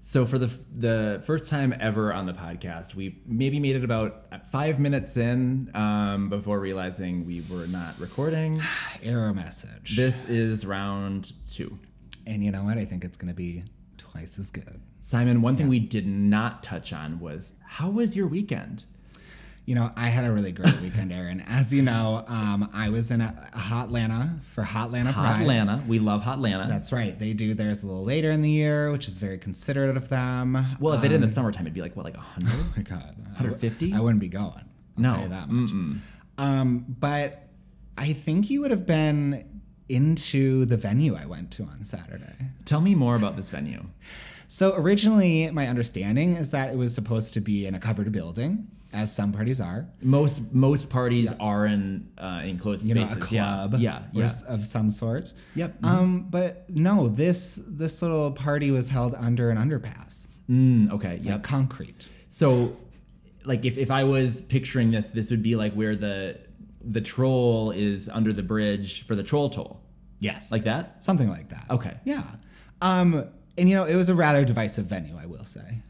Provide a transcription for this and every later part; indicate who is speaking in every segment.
Speaker 1: So for the the first time ever on the podcast, we maybe made it about five minutes in um, before realizing we were not recording.
Speaker 2: Error message.
Speaker 1: This is round two.
Speaker 2: and you know what? I think it's going to be twice as good.
Speaker 1: Simon, one thing we did not touch on was how was your weekend?
Speaker 2: You know, I had a really great weekend, Aaron. As you know, um, I was in a, a Hotlanta for Hotlanta Pride.
Speaker 1: Hotlanta, we love Hotlanta.
Speaker 2: That's right. They do theirs a little later in the year, which is very considerate of them.
Speaker 1: well, if they did in
Speaker 2: Um,
Speaker 1: the summertime, it'd be like what, like hundred?
Speaker 2: Oh my god, I wou-
Speaker 1: 150?
Speaker 2: I wouldn't be going. I'll
Speaker 1: No,
Speaker 2: tell you that much. Um, but I think you would have been into the venue I went to on Saturday.
Speaker 1: Tell me more about this venue.
Speaker 2: So originally, my understanding is that it was supposed to be in a covered building, as some parties are.
Speaker 1: Most most parties are in uh, enclosed
Speaker 2: You know,
Speaker 1: spaces.
Speaker 2: a club,
Speaker 1: Yeah,
Speaker 2: or
Speaker 1: yeah.
Speaker 2: s- of some sort.
Speaker 1: Yep.
Speaker 2: Um, but no, this this little party was held under an underpass,
Speaker 1: yeah. Mm, okay.
Speaker 2: like
Speaker 1: Yep.
Speaker 2: concrete.
Speaker 1: So, like, if, if I was picturing this, this would be like where the the troll is under the bridge for the troll toll,
Speaker 2: Yes.
Speaker 1: like that.
Speaker 2: Something like that.
Speaker 1: Okay.
Speaker 2: Yeah. Um, and you know, it was a rather divisive venue, I will say.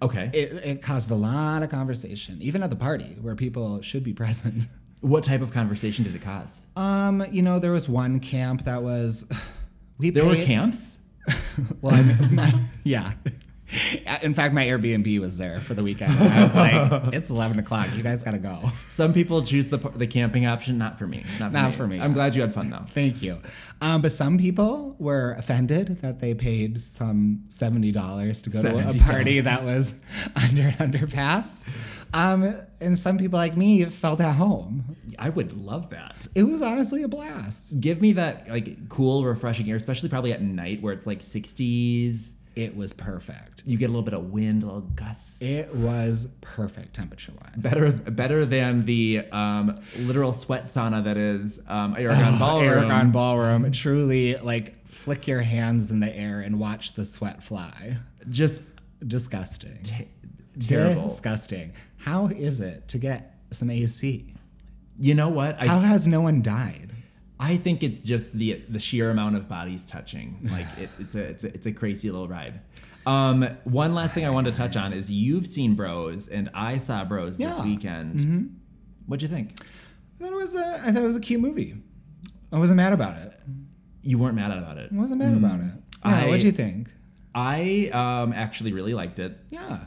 Speaker 1: Okay.
Speaker 2: It, it caused a lot of conversation, even at the party where people should be present.
Speaker 1: what type of conversation did it cause?
Speaker 2: Um, you know, there was one camp that was we
Speaker 1: There were
Speaker 2: paid-
Speaker 1: camps.
Speaker 2: well, I mean, my- yeah. In fact, my Airbnb was there for the weekend. And I was like, it's eleven o'clock. You guys gotta go.
Speaker 1: Some people choose the the camping option. Not for me. Not for,
Speaker 2: Not
Speaker 1: me.
Speaker 2: for me.
Speaker 1: I'm glad you had fun though.
Speaker 2: Thank you. Um, but some people were offended that they paid some seventy dollars to go to a
Speaker 1: $70.
Speaker 2: party that was under an underpass. Um, and some people like me felt at home.
Speaker 1: I would love that.
Speaker 2: It was honestly a blast.
Speaker 1: Give me that like cool, refreshing air, especially probably at night where it's like 60s.
Speaker 2: It was perfect.
Speaker 1: You get a little bit of wind, a little gusts.
Speaker 2: It was perfect temperature wise.
Speaker 1: Better, better than the um, literal sweat sauna that is um, Aragon
Speaker 2: Oh,
Speaker 1: Ballroom.
Speaker 2: Aragon Ballroom, truly like flick your hands in the air and watch the sweat fly.
Speaker 1: Just
Speaker 2: Disgusting.
Speaker 1: t- terrible.
Speaker 2: Disgusting. How is it to get some AC?
Speaker 1: You know what?
Speaker 2: How
Speaker 1: I,
Speaker 2: has no one died?
Speaker 1: I think it's just the the sheer amount of bodies touching. Like it, it's a it's a, it's a crazy little ride. Um, one last thing I wanted to touch on is you've seen Bros and I saw Bros this
Speaker 2: Yeah. Mm-hmm.
Speaker 1: weekend. What'd you think?
Speaker 2: I thought it was a I thought it was a cute movie. I wasn't mad about it.
Speaker 1: You weren't mad about it.
Speaker 2: I wasn't mad about it. Yeah,
Speaker 1: Mm. I-
Speaker 2: what'd you think?
Speaker 1: I um, actually really liked it.
Speaker 2: Yeah.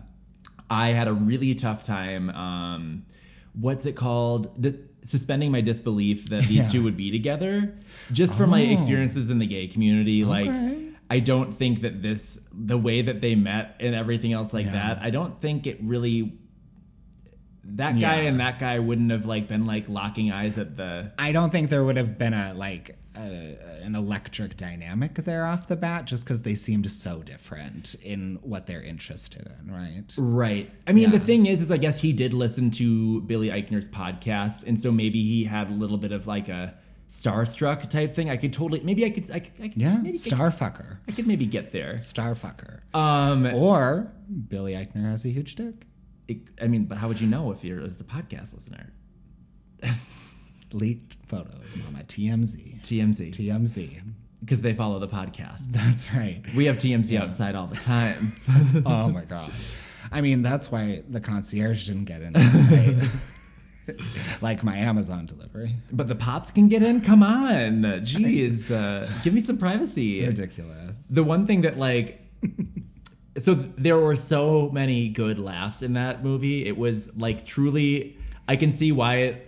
Speaker 1: I had a really tough time. Um, what's it called? The, suspending my disbelief that these
Speaker 2: Yeah.
Speaker 1: two would be together, just from my
Speaker 2: Oh.
Speaker 1: experiences in the gay community. Like,
Speaker 2: Okay.
Speaker 1: I don't think that this, the way that they met and everything else like
Speaker 2: Yeah.
Speaker 1: that, I don't think it really. That guy
Speaker 2: Yeah.
Speaker 1: and that guy wouldn't have like been like locking eyes at the.
Speaker 2: I don't think there would have been a like a, an electric dynamic there off the bat, just because they seemed so different in what they're interested in, right?
Speaker 1: Right. I mean, the
Speaker 2: Yeah.
Speaker 1: thing is, is I guess he did listen to Billy Eichner's podcast, and so maybe he had a little bit of like a starstruck type thing. I could totally, maybe I could, I could, I could
Speaker 2: Yeah,
Speaker 1: maybe I could-
Speaker 2: starfucker,
Speaker 1: I could maybe get there.
Speaker 2: starfucker,
Speaker 1: Um,
Speaker 2: or Billy Eichner has a huge dick.
Speaker 1: it, I mean, but how would you know if you're as the podcast listener?
Speaker 2: Leaked photos, mama. TMZ,
Speaker 1: TMZ,
Speaker 2: TMZ.
Speaker 1: because they follow the podcast.
Speaker 2: That's right.
Speaker 1: We have TMZ outside all the time.
Speaker 2: oh my god. I mean, that's why the concierge didn't get in. last night. like my Amazon delivery.
Speaker 1: but the pops can get in. Come on, jeez, uh, give me some privacy.
Speaker 2: Ridiculous.
Speaker 1: The one thing that like, so there were so many good laughs in that movie. It was like truly, I can see why it,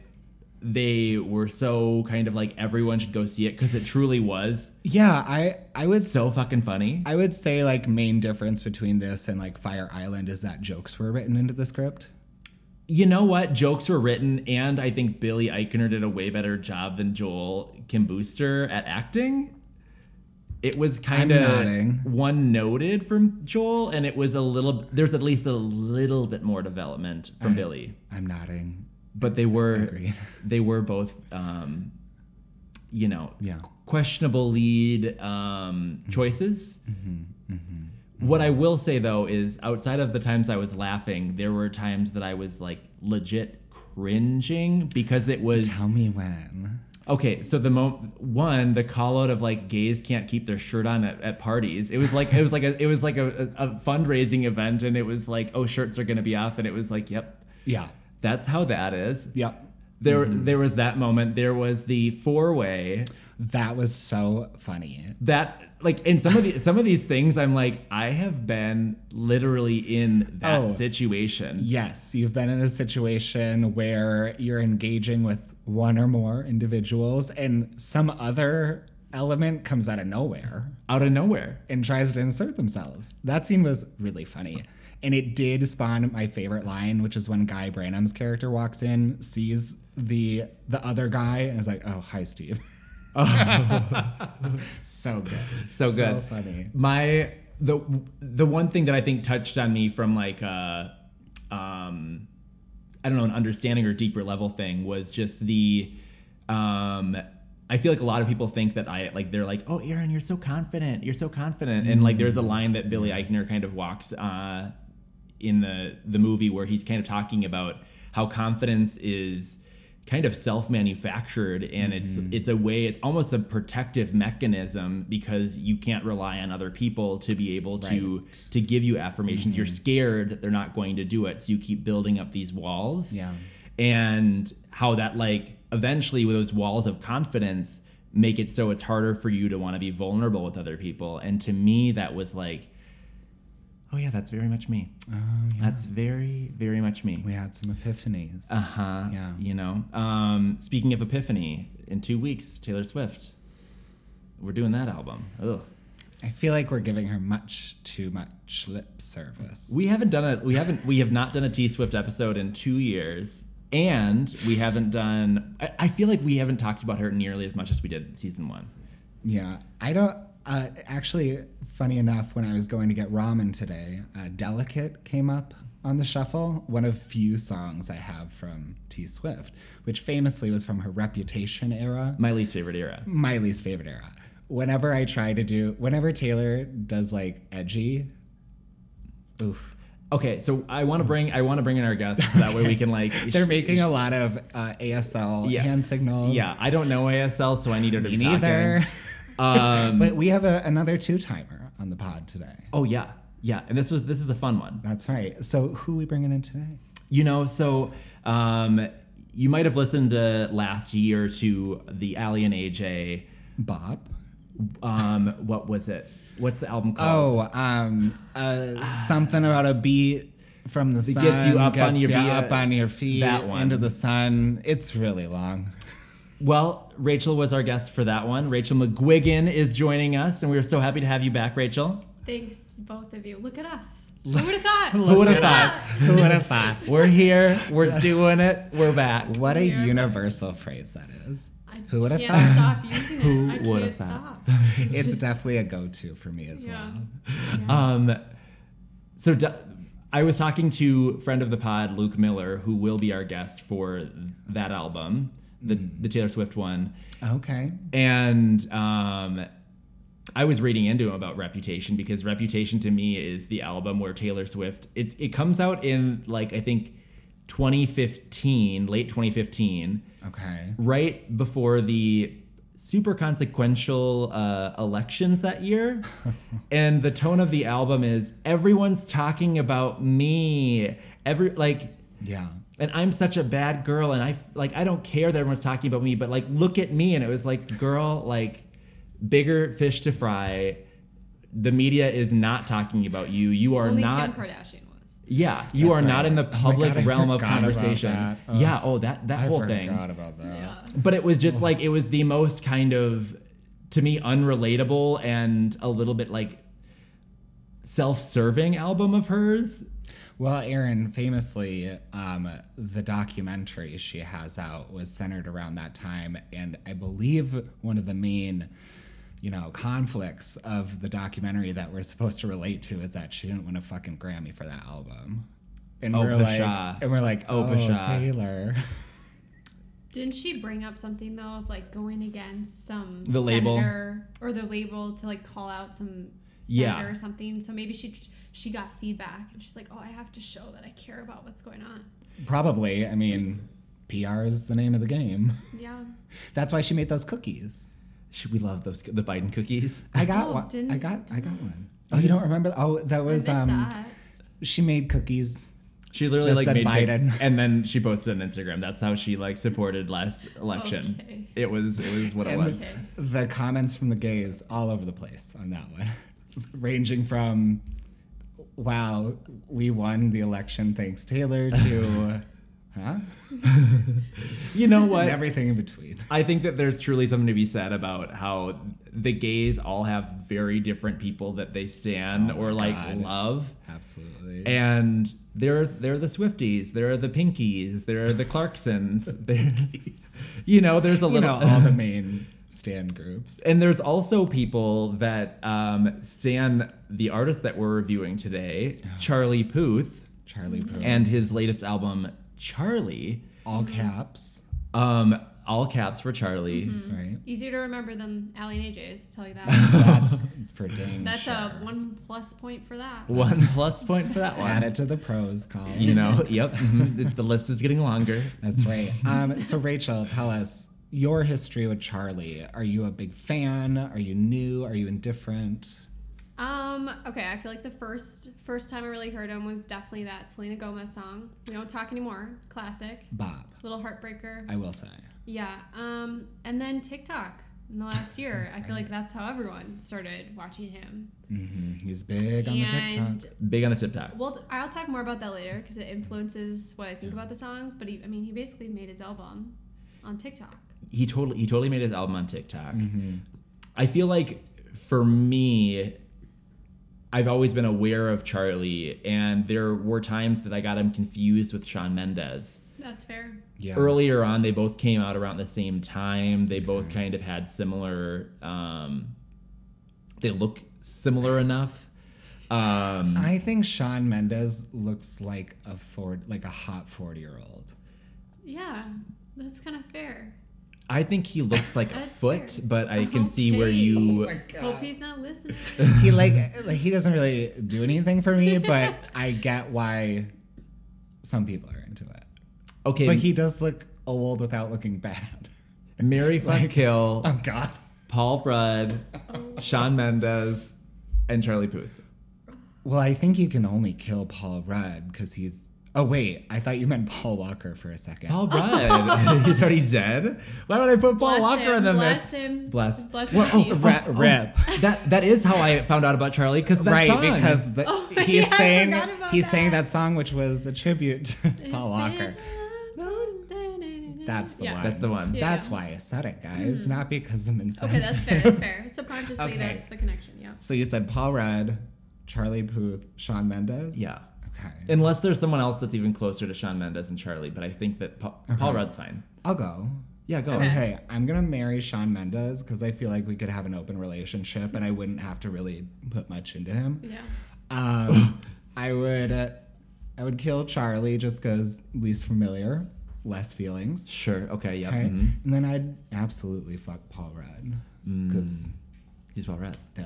Speaker 1: they were so kind of like everyone should go see it because it truly was
Speaker 2: Yeah, I I would
Speaker 1: so fucking funny.
Speaker 2: I would say like main difference between this and like Fire Island is that jokes were written into the script.
Speaker 1: you know what? Jokes were written, and I think Billy Eichner did a way better job than Joel Kim Booster at acting. It was kind
Speaker 2: nodding.
Speaker 1: of one noted from Joel, and it was a little. There's at least a little bit more development from Billy,
Speaker 2: I'm nodding.
Speaker 1: but they were
Speaker 2: Agreed.
Speaker 1: they were both, um, you know,
Speaker 2: Yeah.
Speaker 1: questionable lead um, choices.
Speaker 2: Mm-hmm.
Speaker 1: What I will say though is, outside of the times I was laughing, there were times that I was like legit cringing because it was
Speaker 2: Tell me when.
Speaker 1: Okay, so the mo- one the call out of like gays can't keep their shirt on at, at parties. It was like it was like a it was like a, a, a fundraising event, and it was like oh shirts are gonna be off, and it was like yep,
Speaker 2: Yeah.
Speaker 1: that's how that is.
Speaker 2: Yep.
Speaker 1: There
Speaker 2: Mm-hmm.
Speaker 1: there was that moment. There was the four way
Speaker 2: That was so funny.
Speaker 1: that like in some of the some of these things I'm like I have been literally in that
Speaker 2: Oh.
Speaker 1: situation.
Speaker 2: Yes, you've been in a situation where you're engaging with one or more individuals and some other element comes out of nowhere
Speaker 1: out of nowhere.
Speaker 2: and tries to insert themselves. That scene was really funny. And it did spawn my favorite line, which is when Guy Branum's character walks in, sees the the other guy, and is like, "Oh, hi, Steve." so good, so
Speaker 1: So good.
Speaker 2: funny.
Speaker 1: My the the one thing that I think touched on me from like a um I don't know an understanding or deeper level thing was just the um I feel like a lot of people think that I like they're like oh Aaron you're so confident you're so confident and like there's a line that Billy Eichner kind of walks uh in the the movie where he's kind of talking about how confidence is kind of self-manufactured and it's it's a way it's almost a protective mechanism because you can't rely on other people to be able to to give you affirmations you're scared that they're not going to do it so you keep building up these walls
Speaker 2: Yeah.
Speaker 1: and how that like eventually with those walls of confidence make it so it's harder for you to want to be vulnerable with other people and to me that was like oh yeah that's very much me that's very very much me
Speaker 2: Um, We had some epiphanies.
Speaker 1: uh-huh
Speaker 2: Yeah.
Speaker 1: you know um speaking of epiphany in two weeks taylor swift we're doing that album Ugh.
Speaker 2: I feel like we're giving her much too much lip service.
Speaker 1: we haven't done it we haven't we have not done a t-swift episode in two years and we haven't done I, I feel like we haven't talked about her nearly as much as we did season one
Speaker 2: Yeah, I don't. Uh, actually, funny enough, when I was going to get ramen today, uh, "Delicate" came up on the shuffle. One of few songs I have from T Swift, which famously was from her Reputation era,
Speaker 1: my least favorite era
Speaker 2: my least favorite era. Whenever I try to do, whenever Taylor does like edgy, oof.
Speaker 1: okay so i want to bring i want to bring in our guests so that way we can like
Speaker 2: They're making a lot of uh, ASL
Speaker 1: Yeah.
Speaker 2: hand signals.
Speaker 1: yeah i don't know asl so i need her to
Speaker 2: me
Speaker 1: be talking.
Speaker 2: neither.
Speaker 1: um
Speaker 2: But we have a, another two timer on the pod today.
Speaker 1: Oh yeah, yeah. And this was this is a fun one.
Speaker 2: That's right. So who are we bringing in today?
Speaker 1: You know, so um, you might have listened to last year to the Ali and AJ.
Speaker 2: Bob.
Speaker 1: Um, what was it? What's the album called?
Speaker 2: Oh, um, uh, something about a beat from the sun
Speaker 1: gets you up on your
Speaker 2: ya
Speaker 1: beat.
Speaker 2: up on your feet,
Speaker 1: That one.
Speaker 2: into the sun. It's really long.
Speaker 1: Well, Rachel was our guest for that one. Rachel McGuigan is joining us, and we are so happy to have you back, Rachel.
Speaker 3: Thanks, both of you. Look at us. Who would have thought?
Speaker 1: Who would have
Speaker 3: Look at
Speaker 1: thought?
Speaker 3: us.
Speaker 2: Who would have thought?
Speaker 1: We're here. We're doing it. We're back.
Speaker 2: What a
Speaker 3: Yeah.
Speaker 2: universal phrase that is.
Speaker 3: I
Speaker 2: Who would have
Speaker 3: can't
Speaker 2: thought?
Speaker 3: Stop using it.
Speaker 1: Who
Speaker 3: I
Speaker 1: would have
Speaker 3: can't
Speaker 1: thought?
Speaker 3: Stop.
Speaker 2: It's definitely a go-to for me as
Speaker 3: Yeah.
Speaker 2: well.
Speaker 1: Um, so d- I was talking to friend of the pod, Luke Miller, who will be our guest for that album, the
Speaker 2: Mm-hmm.
Speaker 1: the Taylor Swift one,
Speaker 2: Okay.
Speaker 1: and um. I was reading into him about Reputation because Reputation to me is the album where Taylor Swift it's it comes out in like I think 2015, late 2015,
Speaker 2: Okay.
Speaker 1: right before the super consequential uh, elections that year. and the tone of the album is everyone's talking about me. Every like
Speaker 2: Yeah.
Speaker 1: and I'm such a bad girl and I like I don't care that everyone's talking about me, but like look at me and it was like girl like bigger fish to fry. The media is not talking about you. You are
Speaker 3: Only
Speaker 1: not
Speaker 3: Kim Kardashian was.
Speaker 1: yeah, you
Speaker 2: That's
Speaker 1: are not
Speaker 2: right.
Speaker 1: in the
Speaker 2: Oh my
Speaker 1: public
Speaker 2: God, I
Speaker 1: realm of
Speaker 2: forgot about
Speaker 1: conversation.
Speaker 2: that. Ugh.
Speaker 1: Yeah, oh that that
Speaker 2: I
Speaker 1: whole
Speaker 2: forgot Oh.
Speaker 1: thing
Speaker 2: about that.
Speaker 3: Yeah.
Speaker 1: but it was just like it was the most kind of to me unrelatable and a little bit like self-serving album of hers
Speaker 2: Well, Erin, famously, um, the documentary she has out was centered around that time, and I believe one of the main, you know, conflicts of the documentary that we're supposed to relate to is that she didn't win a fucking Grammy for that album, and
Speaker 1: Oh,
Speaker 2: we're
Speaker 1: pshaw.
Speaker 2: like, and we're like,
Speaker 1: Oh,
Speaker 2: oh,
Speaker 1: pshaw."
Speaker 2: Taylor,
Speaker 3: Didn't she bring up something though of like going against some
Speaker 1: The label.
Speaker 3: senator or the label to like call out some senator
Speaker 1: Yeah.
Speaker 3: or something? So maybe she she got feedback and she's like, "Oh, I have to show that I care about what's going on."
Speaker 2: probably. I mean, PR is the name of the game.
Speaker 3: Yeah.
Speaker 2: That's why she made those cookies.
Speaker 1: Should we love those the Biden cookies?
Speaker 2: I got
Speaker 3: Oh,
Speaker 2: one.
Speaker 3: didn't-
Speaker 2: I got. I got one. Oh, you don't remember? Oh, that
Speaker 3: I
Speaker 2: was
Speaker 3: missed
Speaker 2: um.
Speaker 3: that.
Speaker 2: She made cookies.
Speaker 1: She literally
Speaker 2: That
Speaker 1: like
Speaker 2: said
Speaker 1: made pic-
Speaker 2: Biden.
Speaker 1: and then she posted on Instagram. That's how she like supported last election.
Speaker 3: Okay.
Speaker 1: It was it was what it
Speaker 2: And
Speaker 1: was.
Speaker 3: Okay.
Speaker 2: the comments from the gays all over the place on that one, ranging from, "Wow, we won the election, thanks Taylor," to, "Huh?"
Speaker 1: You know
Speaker 2: and
Speaker 1: what?
Speaker 2: everything in between.
Speaker 1: I think that there's truly something to be said about how the gays all have very different people that they stand
Speaker 2: Oh my
Speaker 1: or like
Speaker 2: God.
Speaker 1: love.
Speaker 2: Absolutely.
Speaker 1: And they're they're the Swifties, they're the Pinkies, they're the Clarksons, they're you know, there's a
Speaker 2: you
Speaker 1: little
Speaker 2: know all the main stand groups.
Speaker 1: and there's also people that um stand the artist that we're reviewing today, Charlie Puth.
Speaker 2: Charlie Puth.
Speaker 1: Mm-hmm. and his latest album Charlie,
Speaker 2: all caps.
Speaker 1: um, all caps for Charlie.
Speaker 2: That's right.
Speaker 3: Easier to remember than Allie and AJ's, tell you that.
Speaker 2: That's for dang
Speaker 3: That's
Speaker 2: sure.
Speaker 3: a one plus point for that.
Speaker 1: One plus point for that
Speaker 2: Add
Speaker 1: one.
Speaker 2: it to the pros column.
Speaker 1: You know, yep. mhm, the- The list is getting longer.
Speaker 2: That's right. Um, so Rachel, tell us your history with Charlie. Are you a big fan? Are you new? Are you indifferent?
Speaker 3: Um, okay, I feel like the first first time I really heard him was definitely that Selena Gomez song. We don't talk anymore. Classic.
Speaker 2: Bob,
Speaker 3: Little heartbreaker.
Speaker 2: I will say.
Speaker 3: Yeah. Um, and then TikTok in the last year. I feel like that's how everyone started watching him.
Speaker 2: hmm He's big on
Speaker 3: and
Speaker 2: the TikTok.
Speaker 1: Big on the TikTok.
Speaker 3: well, I'll talk more about that later because it influences what I think about the songs. But he, I mean, he basically made his album on TikTok.
Speaker 1: He totally he totally made his album on TikTok.
Speaker 2: Mhm.
Speaker 1: I feel like for me, I've always been aware of Charlie, and there were times that I got him confused with Sean Mendez.
Speaker 3: That's fair.
Speaker 2: Yeah.
Speaker 1: earlier on they both came out around the same time they both kind of had similar um they look similar enough um
Speaker 2: I think Sean Mendez looks like a Ford, like a hot forty-year-old.
Speaker 3: Yeah, that's kind of fair.
Speaker 1: i think he looks like a
Speaker 3: That's
Speaker 1: foot
Speaker 3: fair.
Speaker 1: but i can see where
Speaker 3: Okay.
Speaker 1: you
Speaker 3: Hope he's not listening.
Speaker 2: he like like he doesn't really do anything for me, but I get why some people are into it.
Speaker 1: okay
Speaker 2: But he does look old without looking bad.
Speaker 1: mary fuck kill
Speaker 2: Oh God.
Speaker 1: paul rudd
Speaker 3: Oh.
Speaker 1: sean mendez and charlie puth
Speaker 2: Well, I think you can only kill Paul Rudd because he's. Oh wait, I thought you meant Paul Walker for a second.
Speaker 1: paul rudd he's already dead why would i put paul
Speaker 3: Oh. Bless
Speaker 1: walker
Speaker 3: him,
Speaker 1: in the
Speaker 3: bless
Speaker 1: mix
Speaker 3: him.
Speaker 1: Bless.
Speaker 3: Bless him.
Speaker 2: Well, oh,
Speaker 3: Jesus.
Speaker 2: ra- rip.
Speaker 1: Oh, that that is how i found out about charlie because
Speaker 2: Right, because the,
Speaker 3: Oh,
Speaker 2: he's
Speaker 3: yeah, I
Speaker 2: saying
Speaker 3: forgot about
Speaker 2: he sang
Speaker 3: that.
Speaker 2: that song, which was a tribute to
Speaker 3: It's
Speaker 2: Paul Walker.
Speaker 3: been-
Speaker 2: That's the
Speaker 3: Yeah.
Speaker 2: one.
Speaker 1: That's the one.
Speaker 3: Yeah. Hmm.
Speaker 2: That's why I said it, guys, not because I'm incest.
Speaker 3: Okay, that's fair. That's fair. Subconsciously,
Speaker 2: Okay.
Speaker 3: that's the connection. Yeah.
Speaker 2: So you said Paul Rudd, Charlie Puth, Sean Mendes.
Speaker 1: yeah
Speaker 2: Okay.
Speaker 1: Unless there's someone else that's even closer to Sean Mendes and Charlie, but I think that pa- Paul Rudd's fine.
Speaker 2: I'll go.
Speaker 1: Yeah, go.
Speaker 3: Okay.
Speaker 2: Okay, I'm gonna marry Sean Mendes because I feel like we could have an open relationship and I wouldn't have to really put much into him.
Speaker 3: Yeah.
Speaker 2: Um, I would, uh, I would kill Charlie just because least familiar, less feelings.
Speaker 1: Sure. Okay. Yeah.
Speaker 2: Okay,
Speaker 1: mhm.
Speaker 2: and then I'd absolutely fuck Paul Rudd because,
Speaker 1: Mm. He's Paul Rudd.
Speaker 2: duh,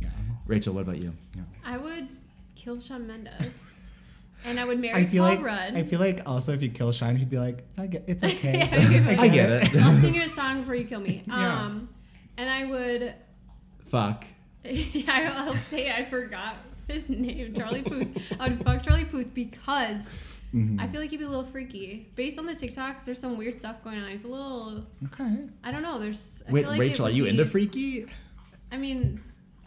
Speaker 2: yeah.
Speaker 1: Rachel, what about you?
Speaker 3: I would kill Sean Mendes, and I would marry
Speaker 2: I feel
Speaker 3: Paul
Speaker 2: like
Speaker 3: Rudd.
Speaker 2: I feel like also if you kill Sean, he'd be like, I get, it's okay.
Speaker 3: Yeah, I get
Speaker 1: I get it.
Speaker 3: I'll sing you a song before you kill me.
Speaker 2: Yeah.
Speaker 3: Um, and I would.
Speaker 1: Fuck.
Speaker 3: I'll say I forgot his name, Charlie Puth. I would fuck Charlie Puth because
Speaker 2: Mm-hmm.
Speaker 3: I feel like he'd be a little freaky. Based on the TikToks, there's some weird stuff going on. He's a little.
Speaker 2: okay.
Speaker 3: I don't know. There's. I
Speaker 1: Wait,
Speaker 3: feel like it
Speaker 1: Rachel, are
Speaker 3: would
Speaker 1: you
Speaker 3: be-
Speaker 1: into freaky?
Speaker 3: I mean,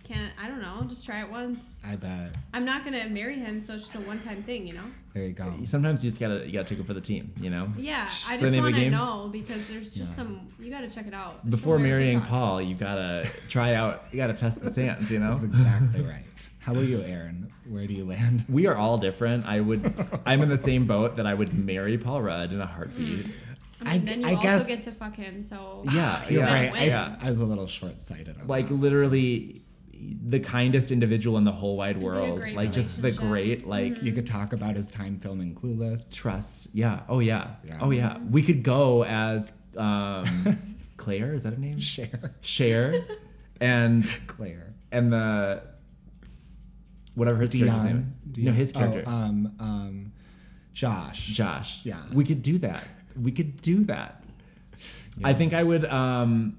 Speaker 3: can't. I don't know. Just try it once.
Speaker 2: I bet.
Speaker 3: I'm not gonna marry him, so it's just a one-time thing, you know.
Speaker 2: There you go.
Speaker 1: Sometimes you just gotta you gotta take it for the team, you know.
Speaker 3: Yeah, I
Speaker 1: the
Speaker 3: just
Speaker 1: name of
Speaker 3: want
Speaker 1: the
Speaker 3: to
Speaker 1: game?
Speaker 3: know because there's just
Speaker 2: Yeah.
Speaker 3: some. You gotta check it out. There's some
Speaker 1: Before
Speaker 3: weird
Speaker 1: marrying
Speaker 3: TikToks.
Speaker 1: Paul, you gotta try out. You gotta test the sands, you know.
Speaker 2: That's exactly right. How about you, Aaron? Where do you land?
Speaker 1: We are all different. I would. I'm in the same boat that I would marry Paul Rudd in a heartbeat.
Speaker 3: I mean,
Speaker 2: I-
Speaker 3: then you
Speaker 2: I
Speaker 3: also
Speaker 2: guess-
Speaker 3: get to fuck him. So
Speaker 1: Yeah,
Speaker 2: You're
Speaker 1: yeah,
Speaker 2: right. I,
Speaker 1: yeah.
Speaker 2: I was a little short-sighted. On
Speaker 1: like
Speaker 2: that.
Speaker 1: literally the kindest individual in the whole wide
Speaker 3: a
Speaker 1: world
Speaker 3: great
Speaker 1: like just the
Speaker 3: relationship. Mm-hmm.
Speaker 1: great like
Speaker 2: you could talk about his time filming Clueless.
Speaker 1: trust yeah oh yeah.
Speaker 2: Yeah.
Speaker 1: oh yeah we could go as um claire is that her name
Speaker 2: Share
Speaker 1: Cher and
Speaker 2: Claire.
Speaker 1: and the whatever his character's name
Speaker 2: Dion.
Speaker 1: Oh, no his character
Speaker 2: Oh, um, um, Josh.
Speaker 1: josh
Speaker 2: Yeah.
Speaker 1: we could do that we could do that. I
Speaker 2: Yeah.
Speaker 1: think I would. Um,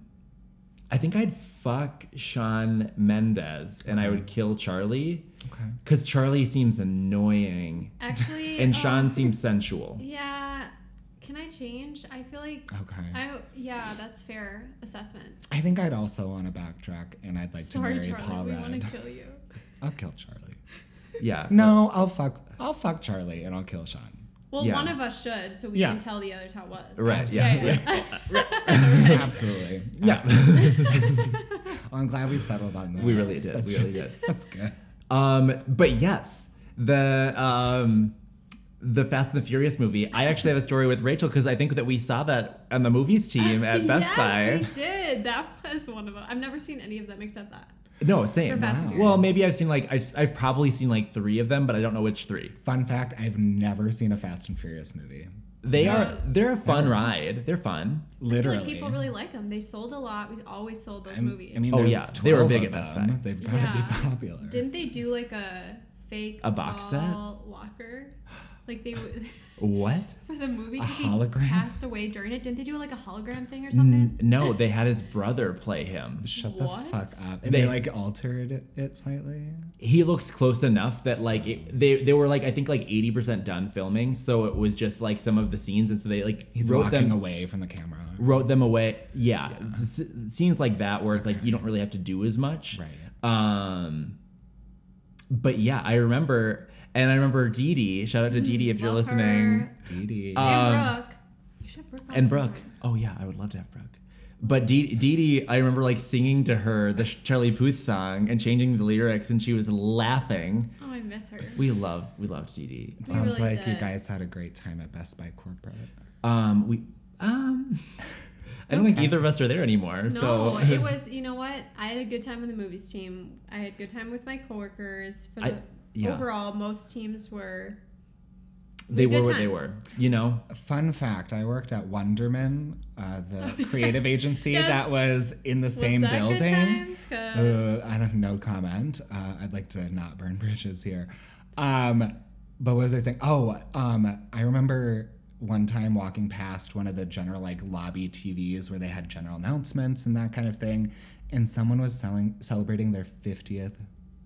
Speaker 1: I think I'd fuck Sean Mendez and I would kill Charlie
Speaker 2: Okay.
Speaker 1: because Charlie seems annoying
Speaker 3: Actually,
Speaker 1: and
Speaker 3: um,
Speaker 1: Sean seems sensual.
Speaker 3: Yeah. Can I change? I feel like
Speaker 2: Okay. I,
Speaker 3: I. Yeah, that's fair assessment.
Speaker 2: think I'd also want to backtrack, and I'd like to
Speaker 3: Sorry,
Speaker 2: marry
Speaker 3: Charlie.
Speaker 2: Paul
Speaker 3: we
Speaker 2: Rudd.
Speaker 3: want to kill you.
Speaker 2: I'll kill Charlie.
Speaker 1: Yeah.
Speaker 2: No, I'll fuck. I'll fuck Charlie, and I'll kill Sean.
Speaker 3: Well,
Speaker 1: Yeah.
Speaker 3: one of us should, so we
Speaker 2: Yeah.
Speaker 3: can tell the others how it was.
Speaker 1: Right, yeah.
Speaker 3: yeah.
Speaker 2: Absolutely.
Speaker 1: Yeah.
Speaker 2: Absolutely. Well, I'm glad we settled on that.
Speaker 1: We really did.
Speaker 2: That's
Speaker 1: We really did.
Speaker 2: That's good.
Speaker 1: Um, but yes, the um, the Fast and the Furious movie. I actually have a story with Rachel because I think that we saw that on the movies team at Best
Speaker 3: yes,
Speaker 1: Buy.
Speaker 3: we did. That was one of them. I've never seen any of them except that.
Speaker 1: No,
Speaker 3: For
Speaker 1: same.
Speaker 3: Fast and
Speaker 2: Wow.
Speaker 3: Furious.
Speaker 1: Well, maybe I've seen like I've, I've probably seen like three of them, but I don't know which three.
Speaker 2: Fun fact: I've never seen a Fast and Furious movie.
Speaker 1: They
Speaker 3: Yeah.
Speaker 1: are they're a fun ride. They're fun.
Speaker 2: Literally.
Speaker 3: I feel like people really like them. They sold a lot. We always sold those
Speaker 2: I'm-
Speaker 3: movies.
Speaker 2: I mean,
Speaker 1: Oh,
Speaker 2: there's
Speaker 1: yeah, they were
Speaker 2: 12
Speaker 1: big
Speaker 2: of
Speaker 1: at Best
Speaker 2: them.
Speaker 1: Buy.
Speaker 2: They've got to
Speaker 3: Yeah.
Speaker 2: be popular.
Speaker 3: didn't they do like a fake
Speaker 1: A box set?
Speaker 3: Paul Walker? Like they w-
Speaker 1: What?
Speaker 3: for the movie
Speaker 2: A
Speaker 3: 'cause
Speaker 2: hologram?
Speaker 3: he passed away during it. Didn't they do like a hologram thing or
Speaker 1: N-
Speaker 3: something?
Speaker 1: no, they had his brother play him.
Speaker 2: Shut
Speaker 3: What?
Speaker 2: the fuck up. And they,
Speaker 1: They-
Speaker 2: like altered it slightly.
Speaker 1: He looks close enough that like it, they they were like I think like eighty percent done filming, so it was just like some of the scenes, and so they like
Speaker 2: He's
Speaker 1: wrote
Speaker 2: walking
Speaker 1: them
Speaker 2: away from the camera.
Speaker 1: wrote them away. Yeah, S- scenes like that where it's like you
Speaker 2: Okay.
Speaker 1: don't really have to do as much.
Speaker 2: Right.
Speaker 1: Um, but yeah, I remember, and I remember Dee Dee. Shout out to Dee Dee if you're
Speaker 3: Love her.
Speaker 1: listening.
Speaker 2: Dee Dee.
Speaker 1: Uh,
Speaker 3: And
Speaker 1: Um,
Speaker 3: Brooke. You should have Brooke. on
Speaker 1: And Brooke.
Speaker 3: sometime.
Speaker 1: Oh yeah, I would love to have Brooke. But Dee Dee, Dee I remember like singing to her the Charlie Puth song and changing the lyrics, and she was laughing.
Speaker 3: Oh, I miss her.
Speaker 1: We love, we loved Dee Dee.
Speaker 2: It
Speaker 3: we
Speaker 2: sounds
Speaker 3: really
Speaker 2: like you
Speaker 3: did.
Speaker 2: guys had a great time at Best Buy corporate.
Speaker 1: Um, we, um, I don't think
Speaker 2: Okay.
Speaker 1: either of us are there anymore.
Speaker 3: No,
Speaker 1: so
Speaker 3: it was. You know what? I had a good time with the movies team. I had good time with my coworkers. For the
Speaker 1: I- yeah.
Speaker 3: overall, most teams were.
Speaker 1: they were
Speaker 3: good
Speaker 1: what they
Speaker 3: times.
Speaker 1: were. You know,
Speaker 2: Fun fact: I worked at Wonderman, uh, the
Speaker 3: Oh, yes.
Speaker 2: creative agency
Speaker 3: Yes.
Speaker 2: that was in the same
Speaker 3: was that
Speaker 2: building.
Speaker 3: Good times? 'Cause-
Speaker 2: Uh, I have no comment. Uh, I'd like to not burn bridges here. Um, but what was I saying? Oh, um, I remember one time walking past one of the general like lobby TVs where they had general announcements and that kind of thing, and someone was selling celebrating their 50th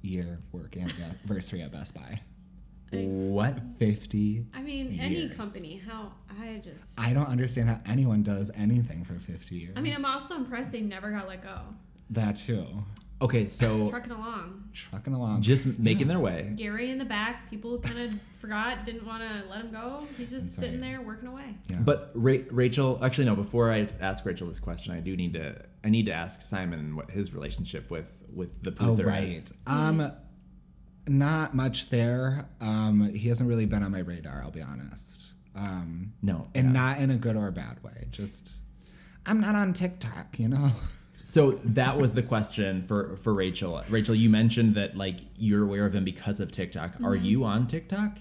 Speaker 2: year work anniversary at Best Buy.
Speaker 1: what?
Speaker 2: 50.
Speaker 3: I mean, any
Speaker 2: years.
Speaker 3: company. How I just. I,
Speaker 2: I don't understand how anyone does anything for 50 years.
Speaker 3: mean, I'm also impressed they never got let go.
Speaker 2: that too.
Speaker 1: Okay, so
Speaker 3: Trucking along.
Speaker 2: Trucking along.
Speaker 1: just making their way.
Speaker 3: Gary in the back. People kind of forgot, didn't want to let him go. He's just
Speaker 2: Sorry.
Speaker 3: sitting there working away.
Speaker 2: Yeah.
Speaker 1: But Ra- Rachel, actually no. Before I ask Rachel this question, I do need to. I need to ask Simon what his relationship with with the
Speaker 2: Oh,
Speaker 1: Puther
Speaker 2: right.
Speaker 1: is.
Speaker 2: Um, not much there. Um, he hasn't really been on my radar. I'll be honest. Um,
Speaker 1: No.
Speaker 2: and
Speaker 1: yeah.
Speaker 2: not in a good or bad way. Just, I'm not on TikTok. You know.
Speaker 1: Oh, so that was the question for for Rachel. Rachel, you mentioned that like you're aware of him because of TikTok. Are
Speaker 3: Mm-hmm.
Speaker 1: you on TikTok?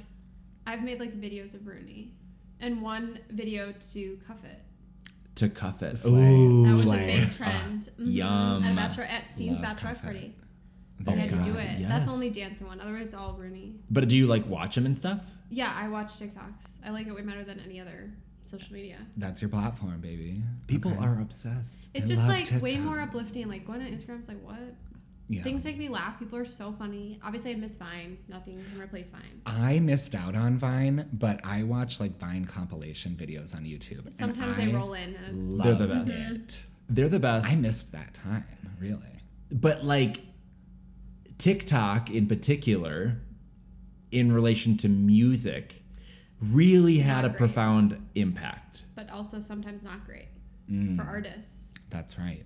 Speaker 3: I've made like videos of Rooney, and one video to Cuff It.
Speaker 1: To cuff it.
Speaker 2: Slay.
Speaker 1: Ooh.
Speaker 3: That was a
Speaker 2: Slay.
Speaker 3: big trend. Mhm.
Speaker 1: yum.
Speaker 3: At a bachelor, at Steen's
Speaker 2: Love
Speaker 3: bachelorette
Speaker 2: Cuff It.
Speaker 3: party.
Speaker 1: Oh,
Speaker 3: I had
Speaker 1: God,
Speaker 3: to do it.
Speaker 1: yes.
Speaker 3: That's only dancing one. Otherwise, it's all Rooney.
Speaker 1: But do you like watch him and stuff?
Speaker 3: Yeah, I watch TikToks. I like it way better than any other social media.
Speaker 2: That's your platform, baby.
Speaker 1: People
Speaker 2: Okay.
Speaker 1: are obsessed.
Speaker 3: It's
Speaker 2: I
Speaker 3: just
Speaker 2: love
Speaker 3: like way
Speaker 2: TikTok.
Speaker 3: more uplifting. Like going on Instagram's like what?
Speaker 2: Yeah.
Speaker 3: Things make me laugh. People are so funny. Obviously, I miss Vine. Nothing can replace Vine.
Speaker 2: I missed out on Vine, but I watch like Vine compilation videos on YouTube. and
Speaker 3: Sometimes I, roll in. And it's,
Speaker 1: They're the
Speaker 2: love
Speaker 1: best.
Speaker 2: it.
Speaker 1: They're the best.
Speaker 2: I missed that time, really.
Speaker 1: but like TikTok in particular, in relation to music, really had
Speaker 3: Not
Speaker 1: a
Speaker 3: great.
Speaker 1: profound impact.
Speaker 3: but also sometimes not great
Speaker 2: Mm,
Speaker 3: for artists.
Speaker 2: that's right.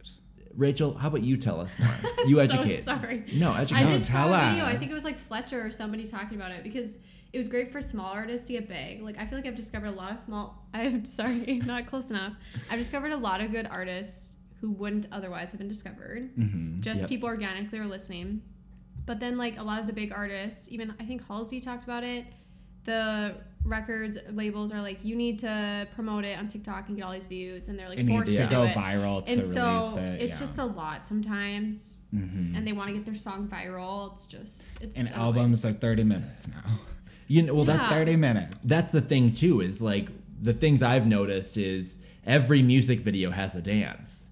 Speaker 1: Rachel, how about you tell us more? You educate.
Speaker 3: So sorry.
Speaker 1: No,
Speaker 3: I
Speaker 1: educate.
Speaker 2: No,
Speaker 3: just
Speaker 2: tell
Speaker 3: saw a video. I
Speaker 2: us.
Speaker 3: think it was like Fletcher or somebody talking about it because it was great for small artists to get big. Like I feel like I've discovered a lot of small. I'm sorry, not close enough. I've discovered a lot of good artists who wouldn't otherwise have been discovered.
Speaker 2: hmm
Speaker 3: Just
Speaker 1: Yep.
Speaker 3: people organically are listening. But then like a lot of the big artists, even I think Halsey talked about it. The records labels are like, you need to promote it on TikTok and get all these views, and they're like
Speaker 2: It
Speaker 3: forced
Speaker 2: needs
Speaker 3: to
Speaker 2: to
Speaker 1: Yeah.
Speaker 3: do
Speaker 2: go
Speaker 3: it.
Speaker 2: viral to
Speaker 3: and
Speaker 2: release
Speaker 3: so
Speaker 2: it.
Speaker 3: it's
Speaker 2: yeah.
Speaker 3: just a lot sometimes
Speaker 2: Mhm.
Speaker 3: and they want to get their song viral. It's just it's
Speaker 2: and
Speaker 3: so
Speaker 2: albums are 30 minutes now.
Speaker 1: You know, well that's
Speaker 3: Yeah.
Speaker 2: 30 minutes.
Speaker 1: that's the thing too is like the things I've noticed is every music video has a dance.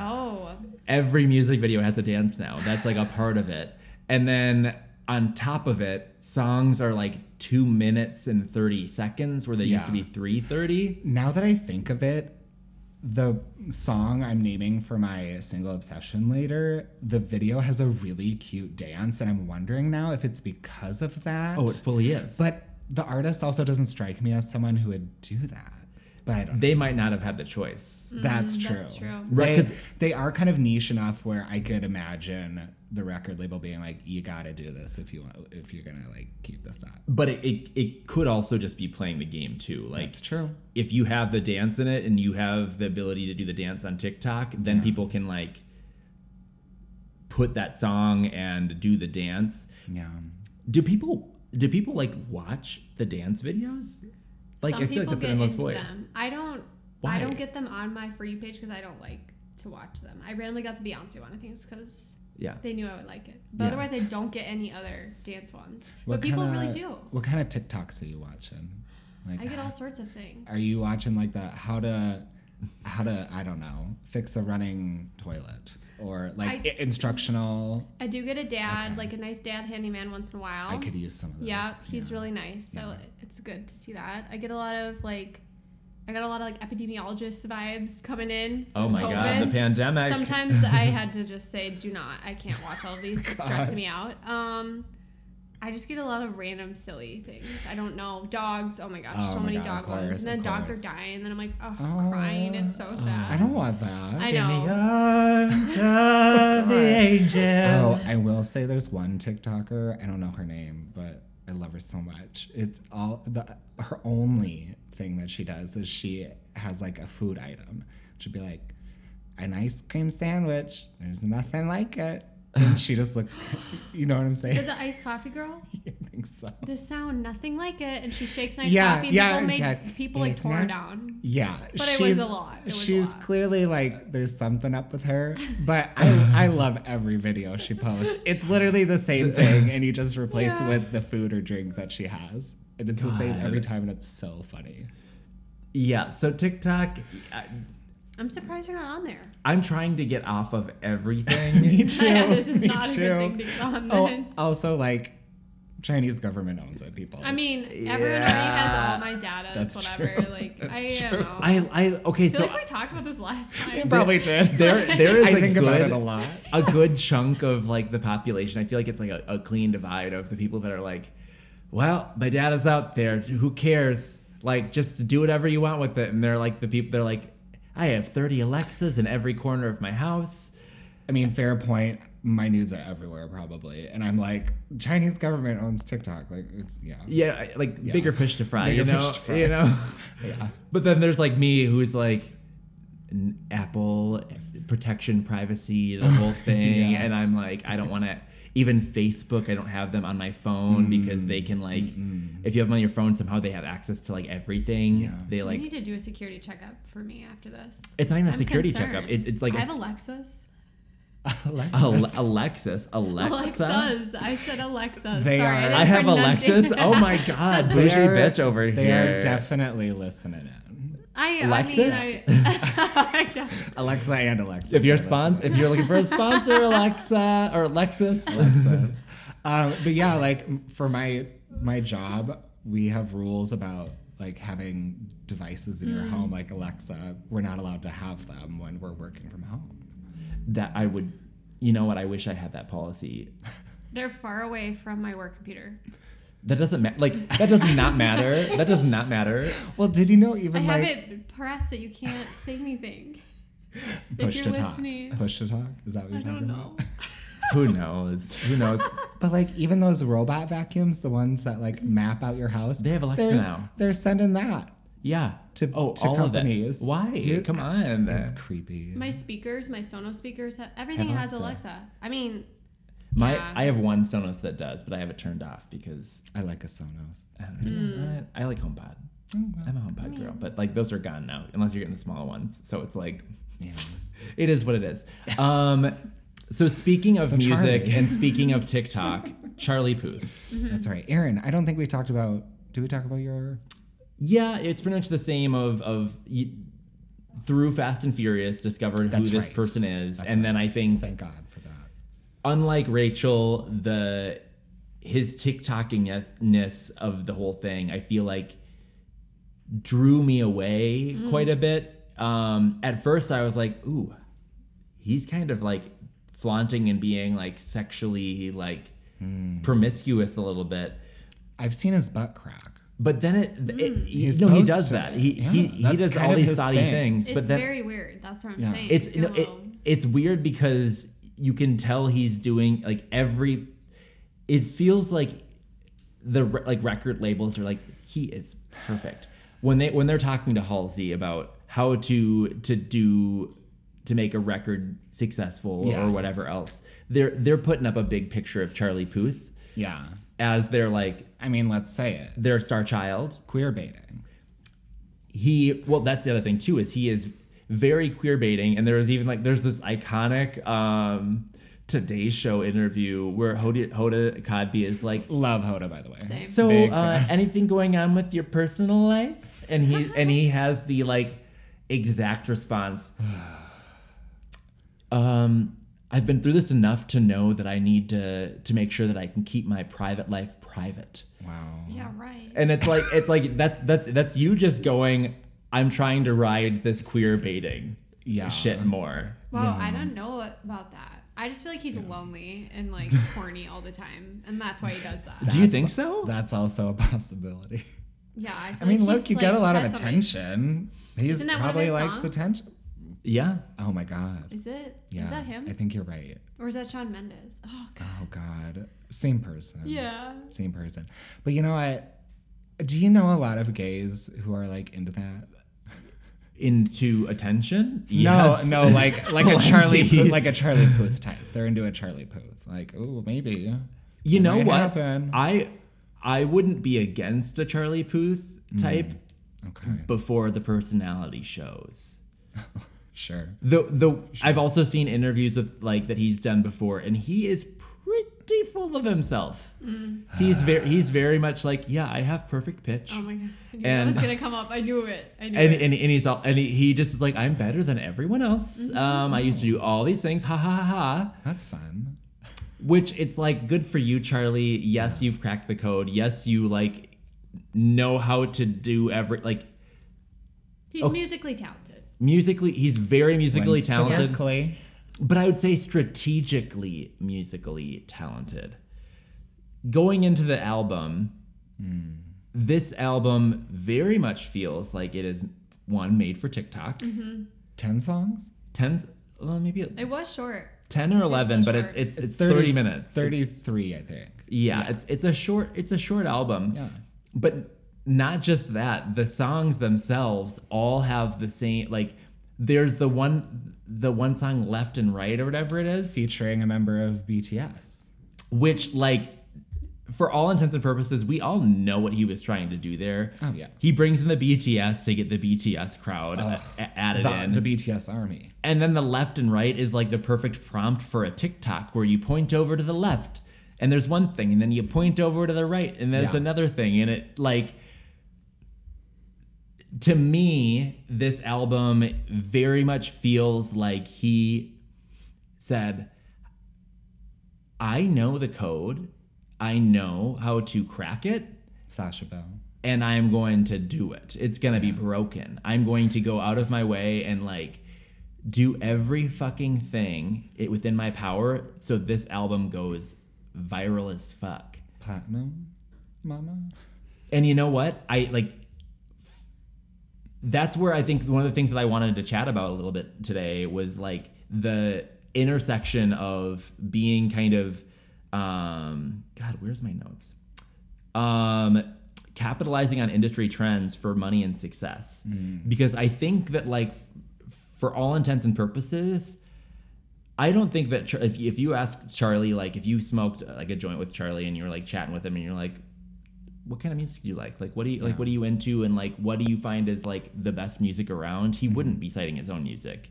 Speaker 3: Oh,
Speaker 1: Every music video has a dance now. That's like a part of it. And then on top of it, songs are like two minutes and 30 seconds where they used to
Speaker 2: Yeah.
Speaker 1: be 330.
Speaker 2: Now that I think of it, the song I'm naming for my single obsession later, the video has a really cute dance, and I'm wondering now if it's because of that.
Speaker 1: Oh, it fully is.
Speaker 2: but the artist also doesn't strike me as someone who would do that. But I don't know.
Speaker 1: they might not have had the choice.
Speaker 2: that's
Speaker 3: Mm,
Speaker 2: true.
Speaker 3: that's true.
Speaker 1: Right,
Speaker 2: They,
Speaker 1: 'cause-
Speaker 2: they are kind of niche enough where I could imagine the record label being like, "You got to do this if you want, if you're gonna like keep this up."
Speaker 1: But it, it, it could also just be playing the game too. Like
Speaker 2: That's true.
Speaker 1: if you have the dance in it and you have the ability to do the dance on TikTok, then people can like put that song and do the dance.
Speaker 2: Yeah.
Speaker 1: Do people do people like watch the dance videos? Like
Speaker 3: Some
Speaker 1: I feel like that's
Speaker 3: people
Speaker 1: an
Speaker 3: get
Speaker 1: endless
Speaker 3: into
Speaker 1: void.
Speaker 3: them. I don't.
Speaker 1: Why?
Speaker 3: I don't get them on my for you page because I don't like to watch them. I randomly got the Beyonce one. I think it's because
Speaker 1: Yeah.
Speaker 3: they knew I would like it. But
Speaker 2: Yeah.
Speaker 3: otherwise, I don't get any other dance ones.
Speaker 2: What
Speaker 3: but people
Speaker 2: kinda-
Speaker 3: really do.
Speaker 2: What kind of TikToks are you watching? Like,
Speaker 3: I get all sorts of things.
Speaker 2: are you watching like the how to how to I don't know fix a running toilet or like
Speaker 3: I-
Speaker 2: i- instructional?
Speaker 3: I do get a dad,
Speaker 2: Okay.
Speaker 3: like a nice dad handyman once in a while.
Speaker 2: I could use some of those.
Speaker 3: yeah, he's really nice. So it's good to see that. I get a lot of like, I got a lot of like epidemiologist vibes coming in.
Speaker 1: Oh my god,
Speaker 3: COVID.
Speaker 1: the pandemic.
Speaker 3: Sometimes I had to just say, "Do not. I can't watch all of these. It's
Speaker 2: God.
Speaker 3: stressing me out." Um, I just get a lot of random silly things. I don't know. Dogs. Oh my gosh,
Speaker 2: Oh
Speaker 3: so
Speaker 2: my
Speaker 3: many
Speaker 2: God, of
Speaker 3: dog ones.
Speaker 2: course,
Speaker 3: And then
Speaker 2: of
Speaker 3: dogs are
Speaker 2: course.
Speaker 3: dying. And then I'm like, oh,
Speaker 2: Oh,
Speaker 3: crying. It's so sad.
Speaker 2: I don't want that.
Speaker 3: I
Speaker 1: In the
Speaker 3: know.
Speaker 1: arms of
Speaker 2: God.
Speaker 1: the angel.
Speaker 2: Oh, I will say there's one TikToker. I don't know her name, but I love her so much. It's all the her only thing that she does is she has like a food item. She'd be like, an ice cream sandwich. There's nothing like it. And she just looks, you know what I'm
Speaker 3: Did
Speaker 2: saying?
Speaker 3: the iced coffee girl?
Speaker 2: I think so.
Speaker 3: The sound, nothing like it. And she shakes nice
Speaker 2: Yeah,
Speaker 3: coffee. And
Speaker 2: yeah,
Speaker 3: people make
Speaker 2: exact-
Speaker 3: people like
Speaker 2: it's
Speaker 3: tore her
Speaker 2: not-
Speaker 3: down.
Speaker 2: Yeah,
Speaker 3: But it was a lot. It was a
Speaker 2: she's
Speaker 3: lot.
Speaker 2: clearly like there's something up with her. But I I love every video she posts. It's literally the same thing, and you just replace
Speaker 3: Yeah.
Speaker 2: with the food or drink that she has, and it's the same
Speaker 1: God.
Speaker 2: every time, and it's so funny.
Speaker 1: Yeah, so TikTok I,
Speaker 3: I'm surprised you're not on there.
Speaker 1: I'm trying to get off of everything.
Speaker 2: Me too.
Speaker 3: Yeah, this is
Speaker 2: me
Speaker 3: not a
Speaker 2: too.
Speaker 3: good thing to get on.
Speaker 2: Oh,
Speaker 3: then.
Speaker 2: also like Chinese government owns it, people.
Speaker 3: I mean, everyone already has all my data.
Speaker 2: That's
Speaker 3: That's whatever.
Speaker 2: true.
Speaker 3: Like,
Speaker 2: That's
Speaker 3: I am.
Speaker 2: true.
Speaker 3: know. I
Speaker 1: I I okay,
Speaker 3: feel
Speaker 1: so
Speaker 3: like we talked about this last
Speaker 2: They
Speaker 3: time.
Speaker 2: probably did.
Speaker 1: there there is
Speaker 2: I
Speaker 1: a
Speaker 2: think
Speaker 1: good,
Speaker 2: about it a lot.
Speaker 1: a good chunk of like the population. I feel like it's like a, a clean divide of the people that are like, well, my dad is out there. Who cares? Like, just do whatever you want with it. And they're like the people. They're like, I have thirty Alexas in every corner of my house.
Speaker 2: I mean, fair point. My nudes are everywhere, probably, and I'm like, Chinese government owns TikTok. Like, it's yeah,
Speaker 1: Yeah, I- like bigger fish to fry.
Speaker 2: Bigger
Speaker 1: you know,
Speaker 2: fish to fry.
Speaker 1: you know.
Speaker 2: yeah.
Speaker 1: But then there's like me, who's like. n- Apple protection, privacy, the whole thing,
Speaker 2: Yeah.
Speaker 1: and I'm like, I don't want to. Even Facebook, I don't have them on my phone
Speaker 2: Mm-hmm.
Speaker 1: because they can like, if you have them on your phone, somehow they have access to like everything.
Speaker 2: Yeah.
Speaker 1: They
Speaker 3: We
Speaker 1: like,
Speaker 3: need to do a security checkup for me after this.
Speaker 1: it's not even a
Speaker 3: I'm
Speaker 1: security
Speaker 3: concerned.
Speaker 1: checkup. It, it's like
Speaker 3: I have
Speaker 1: a,
Speaker 3: Alexis.
Speaker 2: Alexis.
Speaker 1: Ale- Alexis, Alexa.
Speaker 3: Alexas. I said Alexas.
Speaker 2: They
Speaker 3: Sorry,
Speaker 2: are-
Speaker 3: didn't
Speaker 1: I have
Speaker 3: pronounce it.
Speaker 1: Alexis. Oh my god, bougie
Speaker 2: They're-
Speaker 1: bitch over
Speaker 2: they
Speaker 1: here.
Speaker 2: are definitely listening in.
Speaker 3: I,
Speaker 1: Alexis?
Speaker 3: I mean, I, Yeah.
Speaker 2: Alexa and Alexis.
Speaker 1: if you're
Speaker 2: are
Speaker 1: spons- if you're looking for a sponsor, Alexa or Alexis,
Speaker 2: listening. um, but yeah, like for my my job, we have rules about like having devices in
Speaker 3: Hmm.
Speaker 2: your home, like Alexa. We're not allowed to have them when we're working from home.
Speaker 1: that I would. You know what? I wish I had that policy.
Speaker 3: they're far away from my work computer.
Speaker 1: That doesn't matter. Like that does not matter. That does not matter.
Speaker 2: Well, did you know
Speaker 3: I
Speaker 2: even
Speaker 3: have
Speaker 2: like
Speaker 3: it pressed that you can't say anything.
Speaker 2: push
Speaker 3: if
Speaker 2: to
Speaker 3: you're
Speaker 2: talk?
Speaker 3: listening,
Speaker 2: Push to talk? Is that what you're
Speaker 3: I
Speaker 2: talking
Speaker 3: don't
Speaker 2: about?
Speaker 3: know.
Speaker 1: Who knows? Who knows?
Speaker 2: But like even those robot vacuums, the ones that like map out your house,
Speaker 1: They have Alexa
Speaker 2: they're,
Speaker 1: now.
Speaker 2: They're sending that.
Speaker 1: Yeah.
Speaker 2: To-
Speaker 1: oh,
Speaker 2: to
Speaker 1: all
Speaker 2: companies.
Speaker 1: Of that. Why?
Speaker 2: You-
Speaker 1: Come on.
Speaker 2: That's creepy.
Speaker 3: My speakers, my Sonos speakers, ha- everything
Speaker 2: Have
Speaker 3: has
Speaker 2: Alexa.
Speaker 3: Alexa. I mean,
Speaker 1: My
Speaker 3: yeah.
Speaker 1: I have one Sonos that does, but I have it turned off because
Speaker 2: I like a Sonos.
Speaker 1: I, don't know, I, I like HomePod.
Speaker 2: Oh, well,
Speaker 1: I'm a HomePod girl, but like those are gone now, unless you're getting the smaller ones. So it's like,
Speaker 2: yeah.
Speaker 1: it is what it is. Um, so speaking of
Speaker 2: So
Speaker 1: music
Speaker 2: Charlie.
Speaker 1: and speaking of TikTok, Charlie Puth.
Speaker 3: Mm-hmm.
Speaker 2: That's all right. Aaron, I don't think we talked about. Did we talk about your
Speaker 1: yeah, it's pretty much the same of of y- through Fast and Furious discovered
Speaker 2: That's
Speaker 1: who this
Speaker 2: right.
Speaker 1: person is,
Speaker 2: That's
Speaker 1: and
Speaker 2: right.
Speaker 1: then I think
Speaker 2: Thank God for that.
Speaker 1: unlike Rachel, the his TikTokingness of the whole thing, I feel like drew me away quite a bit. Um, at first, I was like, "Ooh, he's kind of like flaunting and being like sexually like
Speaker 2: Hmm.
Speaker 1: promiscuous a little bit."
Speaker 2: I've seen his butt crack.
Speaker 1: But then it, it
Speaker 3: Mm.
Speaker 1: he-
Speaker 2: He's
Speaker 1: no, he
Speaker 2: posed
Speaker 1: does
Speaker 2: to
Speaker 1: that.
Speaker 2: it.
Speaker 1: He
Speaker 2: Yeah,
Speaker 1: he, he
Speaker 2: that's
Speaker 1: does
Speaker 2: kind
Speaker 1: all
Speaker 2: of
Speaker 1: these
Speaker 2: his
Speaker 1: thotty
Speaker 2: thing.
Speaker 1: things.
Speaker 3: It's
Speaker 1: but then
Speaker 3: very weird. That's what I'm
Speaker 2: Yeah.
Speaker 3: saying.
Speaker 1: it's no,
Speaker 3: kind
Speaker 1: it,
Speaker 3: of all-
Speaker 1: it's weird because you can tell he's doing like every it feels like the re- like record labels are like he is perfect when they when they're talking to Halsey about how to to do to make a record successful
Speaker 2: Yeah.
Speaker 1: or whatever else they're they're putting up a big picture of Charlie Puth
Speaker 2: Yeah.
Speaker 1: as their like
Speaker 2: I mean, let's say it.
Speaker 1: their star child
Speaker 2: Queer baiting.
Speaker 1: he well that's the other thing too is he is very queer baiting and there was even like there's this iconic um today show interview where hoda, hoda codby is like
Speaker 2: Love Hoda, by the way.
Speaker 3: Same.
Speaker 1: so
Speaker 2: Big
Speaker 1: uh,
Speaker 2: fan.
Speaker 1: anything going on with your personal life and he and he has the like exact response um i've been through this enough to know that i need to to make sure that i can keep my private life private
Speaker 2: Wow.
Speaker 3: yeah, right.
Speaker 1: and it's like it's like that's that's that's you just going i'm trying to ride this queer baiting
Speaker 2: Yeah.
Speaker 1: shit more
Speaker 3: wow, I don't know about that. I just feel like he's lonely and like corny all the time, and that's why he does that.
Speaker 1: do you think so
Speaker 2: That's also a possibility.
Speaker 3: yeah, I, feel
Speaker 2: I mean,
Speaker 3: like
Speaker 2: look,
Speaker 3: he's,
Speaker 2: you get a
Speaker 3: like,
Speaker 2: lot of
Speaker 3: has some-
Speaker 2: attention. He's
Speaker 3: Isn't that one of
Speaker 2: probably
Speaker 3: his
Speaker 2: likes
Speaker 3: songs?
Speaker 2: attention.
Speaker 1: yeah
Speaker 2: Oh my God.
Speaker 3: Is it?
Speaker 2: Yeah.
Speaker 3: Is that him?
Speaker 2: I think you're right.
Speaker 3: or is that Sean Mendes? Oh god.
Speaker 2: Oh God. Same person.
Speaker 3: Yeah.
Speaker 2: Same person. But you know what? Do you know a lot of gays who are like into that?
Speaker 1: into attention Yes.
Speaker 2: No, no, like like a Charlie,
Speaker 1: OMG.
Speaker 2: Puth, like a Charlie Puth type. They're into a Charlie Puth. Like, oh, maybe.
Speaker 1: you
Speaker 2: It
Speaker 1: know
Speaker 2: might
Speaker 1: what
Speaker 2: happen.
Speaker 1: i i wouldn't be against a charlie puth
Speaker 2: Mm.
Speaker 1: type
Speaker 2: Okay,
Speaker 1: before the personality shows
Speaker 2: sure.
Speaker 1: the the i've also seen interviews with like that he's done before and he is pretty full of himself he's very he's very much like yeah i have perfect pitch
Speaker 3: Oh my god. I knew
Speaker 1: And-
Speaker 3: that was gonna come up. I knew it. I knew
Speaker 1: and,
Speaker 3: it.
Speaker 1: and, and he's all and he, he just is like i'm better than everyone else um i used to do all these things ha ha ha ha
Speaker 2: That's fun.
Speaker 1: which it's like good for you charlie yes you've cracked the code yes you like know how to do every like
Speaker 3: he's
Speaker 1: oh.
Speaker 3: musically talented.
Speaker 1: musically he's very musically
Speaker 2: When-
Speaker 1: talented
Speaker 2: Typically,
Speaker 1: but i would say strategically musically talented going into the album this album very much feels like it is one made for tiktok
Speaker 2: ten songs.
Speaker 1: tens well, maybe
Speaker 3: It was short.
Speaker 1: 10 or 11 but it's
Speaker 3: short.
Speaker 1: it's it's 30, minutes It's-
Speaker 2: Thirty-three, I think.
Speaker 1: yeah, it's it's a short it's a short album
Speaker 2: Yeah.
Speaker 1: but not just that the songs themselves all have the same like there's the one the one song left and right or whatever it is
Speaker 2: Featuring a member of BTS.
Speaker 1: which like for all intents and purposes we all know what he was trying to do there
Speaker 2: Oh, yeah.
Speaker 1: he brings in the bts to get the bts crowd uh, a- added
Speaker 2: The,
Speaker 1: in
Speaker 2: the BTS army.
Speaker 1: And then the left and right is like the perfect prompt for a TikTok where you point over to the left and there's one thing, and then you point over to the right and there's
Speaker 2: Yeah.
Speaker 1: another thing. And it like, to me, this album very much feels like he said, I know the code, I know how to crack it,
Speaker 2: Sasha Bell.
Speaker 1: and I'm going to do it. It's going to be broken. I'm going to go out of my way and like do every fucking thing it within my power so this album goes viral as fuck.
Speaker 2: Platinum, Mama.
Speaker 1: And you know what? I like that's where I think one of the things that I wanted to chat about a little bit today was like the intersection of being kind of um god, where's my notes? Um capitalizing on industry trends for money and success. Because I think that like for all intents and purposes, I don't think that Char- if if you ask Charlie like if you smoked uh, like a joint with Charlie and you were like chatting with him and you're like what kind of music do you like? Like what do you like what are you into and like what do you find is like the best music around? He wouldn't be citing his own music.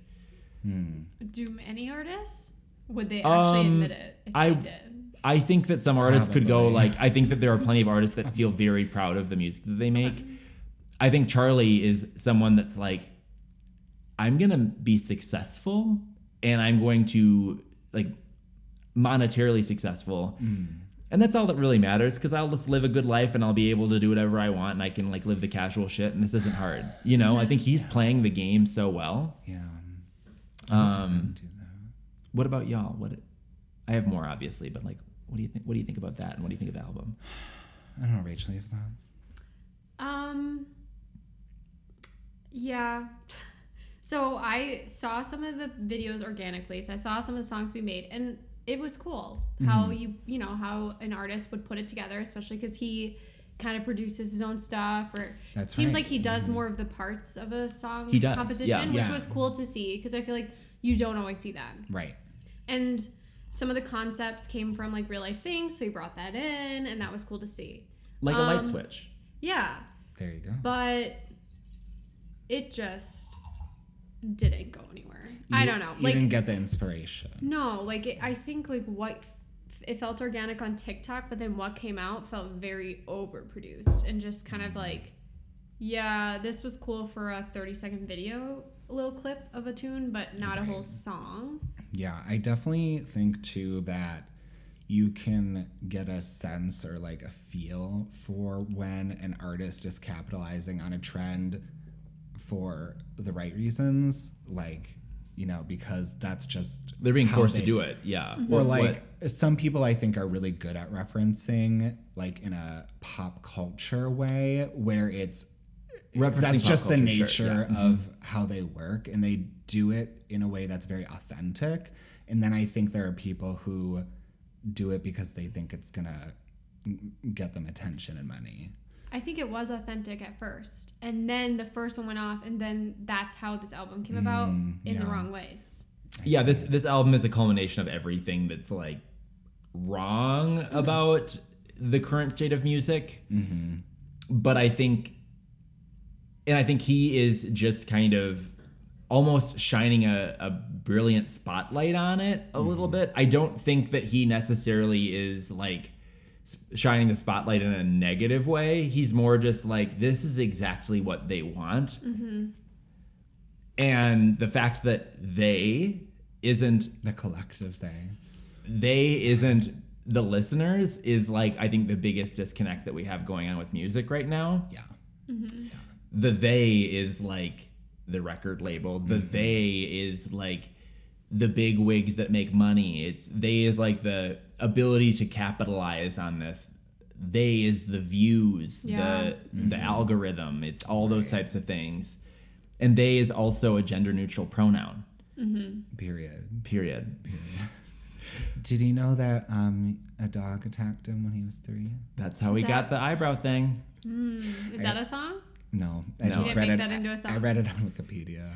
Speaker 3: Do any artists? Would they actually
Speaker 1: Um,
Speaker 3: admit it if
Speaker 1: I-
Speaker 3: they did?
Speaker 1: I think that some artists could go
Speaker 2: Probably.
Speaker 1: like I think that there are plenty of artists that feel very proud of the music that they make. I think Charlie is someone that's like, I'm gonna be successful and I'm going to like monetarily successful.
Speaker 2: Mm.
Speaker 1: And that's all that really matters because I'll just live a good life and I'll be able to do whatever I want and I can like live the casual shit and this isn't hard. You know, I think he's playing the game so well.
Speaker 2: Yeah.
Speaker 1: Um,
Speaker 2: do that.
Speaker 1: what about y'all? What I have more obviously, but like what do you think what do you think about that and what do you think of the album?
Speaker 2: I don't know, Rachel, you have thoughts?
Speaker 3: Um. Yeah. So I saw some of the videos organically. So I saw some of the songs we made, and it was cool how you you know how an artist would put it together, especially because he kind of produces his own stuff, or
Speaker 2: That's
Speaker 3: seems
Speaker 2: right.
Speaker 3: like he does more of the parts of a song
Speaker 1: He does,
Speaker 3: composition,
Speaker 1: yeah.
Speaker 3: which
Speaker 2: Yeah.
Speaker 3: was cool to see because I feel like you don't always see that
Speaker 2: Right.
Speaker 3: and some of the concepts came from like real life things so he brought that in and that was cool to see
Speaker 1: Like a light
Speaker 3: Um,
Speaker 1: switch.
Speaker 3: yeah
Speaker 2: There you go.
Speaker 3: but it just didn't go anywhere i
Speaker 2: You-
Speaker 3: don't know
Speaker 2: You
Speaker 3: like
Speaker 2: didn't get the inspiration.
Speaker 3: no like it, i think like what it felt organic on tiktok but then what came out felt very overproduced and just kind of like yeah this was cool for a 30 second video little clip of a tune but not a whole song
Speaker 2: Yeah, I definitely think too that you can get a sense or like a feel for when an artist is capitalizing on a trend for the right reasons, like, you know, because that's just
Speaker 1: They're being
Speaker 2: how
Speaker 1: forced
Speaker 2: they-
Speaker 1: to do it. Yeah.
Speaker 2: Or
Speaker 1: What-
Speaker 2: like some people I think are really good at referencing like in a pop culture way where it's
Speaker 1: Referencing
Speaker 2: that's
Speaker 1: pop
Speaker 2: just the
Speaker 1: culture, sure,
Speaker 2: nature
Speaker 1: yeah. mm-hmm.
Speaker 2: of how they work and they do it in a way that's very authentic and then i think there are people who do it because they think it's gonna get them attention and money
Speaker 3: I think it was authentic at first, and then the first one went off, and then that's how this album came about in the
Speaker 2: Mm, yeah.
Speaker 3: wrong ways.
Speaker 1: yeah this this album is a culmination of everything that's like wrong about the current state of music but i think and i think he is just kind of almost shining a, a brilliant spotlight on it a little bit i don't think that he necessarily is like s- shining the spotlight in a negative way he's more just like this is exactly what they want and the fact that they isn't
Speaker 2: the collective thing
Speaker 1: they isn't the listeners is like i think the biggest disconnect that we have going on with music right now
Speaker 2: yeah
Speaker 1: the they is like the record label the
Speaker 2: Mm-hmm.
Speaker 1: they is like the big wigs that make money it's they is like the ability to capitalize on this they is the views
Speaker 3: Yeah.
Speaker 1: the the
Speaker 2: Mm-hmm.
Speaker 1: algorithm it's all those types of things and they is also a gender neutral pronoun
Speaker 2: period
Speaker 1: period
Speaker 2: did he know that um, a dog attacked him when he was three
Speaker 1: that's how we got
Speaker 3: That-
Speaker 1: the eyebrow thing
Speaker 3: Is that a song?
Speaker 2: no i
Speaker 1: No.
Speaker 2: just
Speaker 1: You
Speaker 3: didn't
Speaker 2: read
Speaker 3: make
Speaker 2: it
Speaker 3: that into a
Speaker 2: I- i
Speaker 3: song?
Speaker 2: read it on wikipedia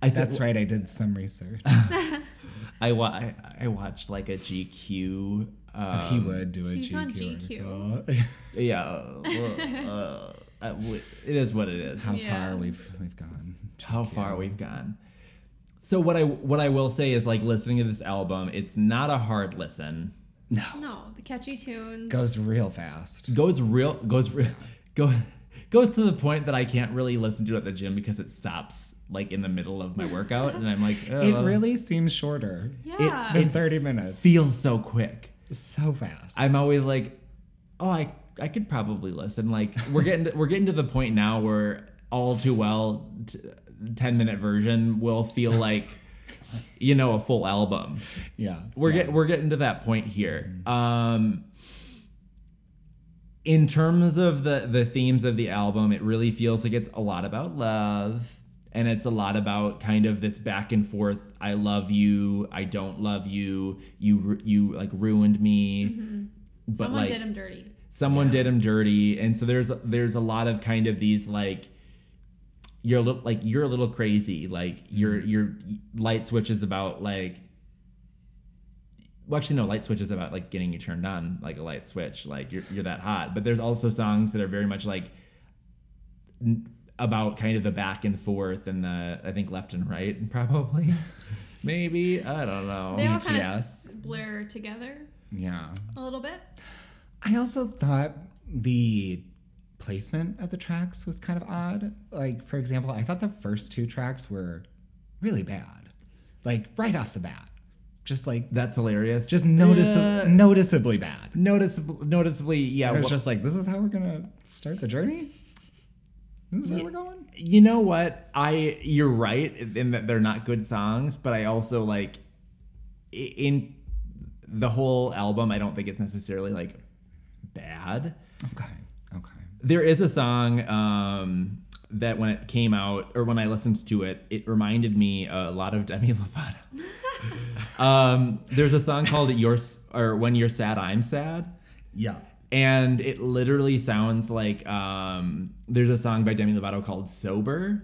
Speaker 1: i think
Speaker 2: that's right i did some research
Speaker 1: Uh-huh. I, wa- I I watched like a GQ. Uh,
Speaker 2: he would do a
Speaker 3: he's
Speaker 2: GQ.
Speaker 3: on GQ.
Speaker 2: article.
Speaker 1: yeah, uh, uh, w- it is what it is.
Speaker 2: How
Speaker 3: Yeah.
Speaker 2: far we've we've gone.
Speaker 1: How far we've gone. So what I what I will say is like listening to this album, it's not a hard listen.
Speaker 2: No,
Speaker 3: No, the catchy tunes.
Speaker 2: goes real fast.
Speaker 1: Goes real goes real go goes to the point that I can't really listen to it at the gym because it stops like in the middle of my workout and I'm like oh,
Speaker 2: It
Speaker 1: well.
Speaker 2: really seems shorter
Speaker 3: yeah.
Speaker 2: than thirty minutes.
Speaker 1: feels so quick.
Speaker 2: So fast.
Speaker 1: I'm always like, oh, I I could probably listen. Like we're getting to, we're getting to the point now where all too well, t- ten minute version will feel like, you know, a full album.
Speaker 2: yeah,
Speaker 1: We're
Speaker 2: yeah.
Speaker 1: get we're getting to that point here. Um, in terms of the the themes of the album, it really feels like it's a lot about love. And it's a lot about kind of this back and forth. I love you. I don't love you. You ru- you like ruined me. But
Speaker 3: Mm-hmm. Someone
Speaker 1: like,
Speaker 3: did him dirty.
Speaker 1: someone did him dirty and so there's there's a lot of kind of these like you're a little like you're a little crazy like your
Speaker 2: Mm-hmm.
Speaker 1: your light switch is about like well actually no light switch is about like getting you turned on like a light switch like you're, you're that hot but there's also songs that are very much like n- about kind of the back and forth and the i think left and right probably maybe i don't know E
Speaker 3: They all kind of
Speaker 2: BTS.
Speaker 3: blur together
Speaker 2: yeah.
Speaker 3: a little bit.
Speaker 2: I also thought the placement of the tracks was kind of odd. Like, for example, I thought the first two tracks were really bad, like right off the bat, just like
Speaker 1: That's hilarious. Uh,
Speaker 2: just notice
Speaker 1: Yeah.
Speaker 2: noticeably bad.
Speaker 1: noticeably, noticeably, yeah.
Speaker 2: I was
Speaker 1: wha-
Speaker 2: just like, this is how we're gonna start the journey. This is where
Speaker 1: Yeah.
Speaker 2: we're going.
Speaker 1: you know what? I you're right in that they're not good songs, but I also like i- in the whole album. I don't think it's necessarily like bad.
Speaker 2: Okay. Okay.
Speaker 1: There is a song um, that when it came out or when I listened to it, it reminded me a lot of Demi Lovato. um, there's a song called "Your" or "When You're Sad, I'm Sad."
Speaker 2: Yeah.
Speaker 1: and it literally sounds like um, there's a song by Demi Lovato called "Sober,"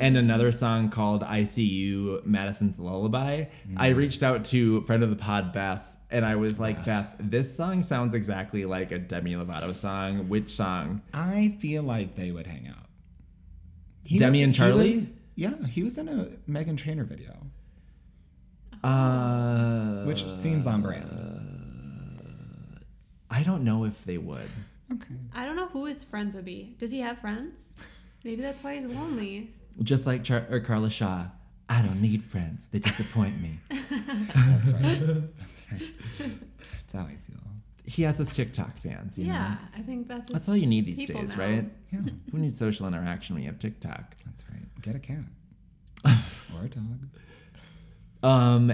Speaker 1: and another song called "I See You," Madison's Lullaby.
Speaker 2: Mm.
Speaker 1: I reached out to friend of the pod Beth, and I was like, Beth, this song sounds exactly like a Demi Lovato song. Which song?
Speaker 2: I feel like they would hang out. He
Speaker 1: Demi
Speaker 2: was-
Speaker 1: and
Speaker 2: he
Speaker 1: Charlie?
Speaker 2: was- yeah, he was in a Megan Trainor video,
Speaker 1: Uh,
Speaker 2: which seems on brand.
Speaker 1: I don't know if they would.
Speaker 2: Okay.
Speaker 3: I don't know who his friends would be. Does he have friends? Maybe that's why he's lonely.
Speaker 1: Just like Char- or Carla Shaw, I don't need friends. They disappoint me.
Speaker 2: That's right. That's right. That's how I feel.
Speaker 1: he has his TikTok fans. You Know?
Speaker 3: Yeah, I think that's.
Speaker 1: That's all you need these
Speaker 3: People
Speaker 1: days,
Speaker 3: now.
Speaker 1: right?
Speaker 2: Yeah,
Speaker 1: Who needs social interaction when you have TikTok?
Speaker 2: that's right. Get a cat or a dog.
Speaker 1: Um,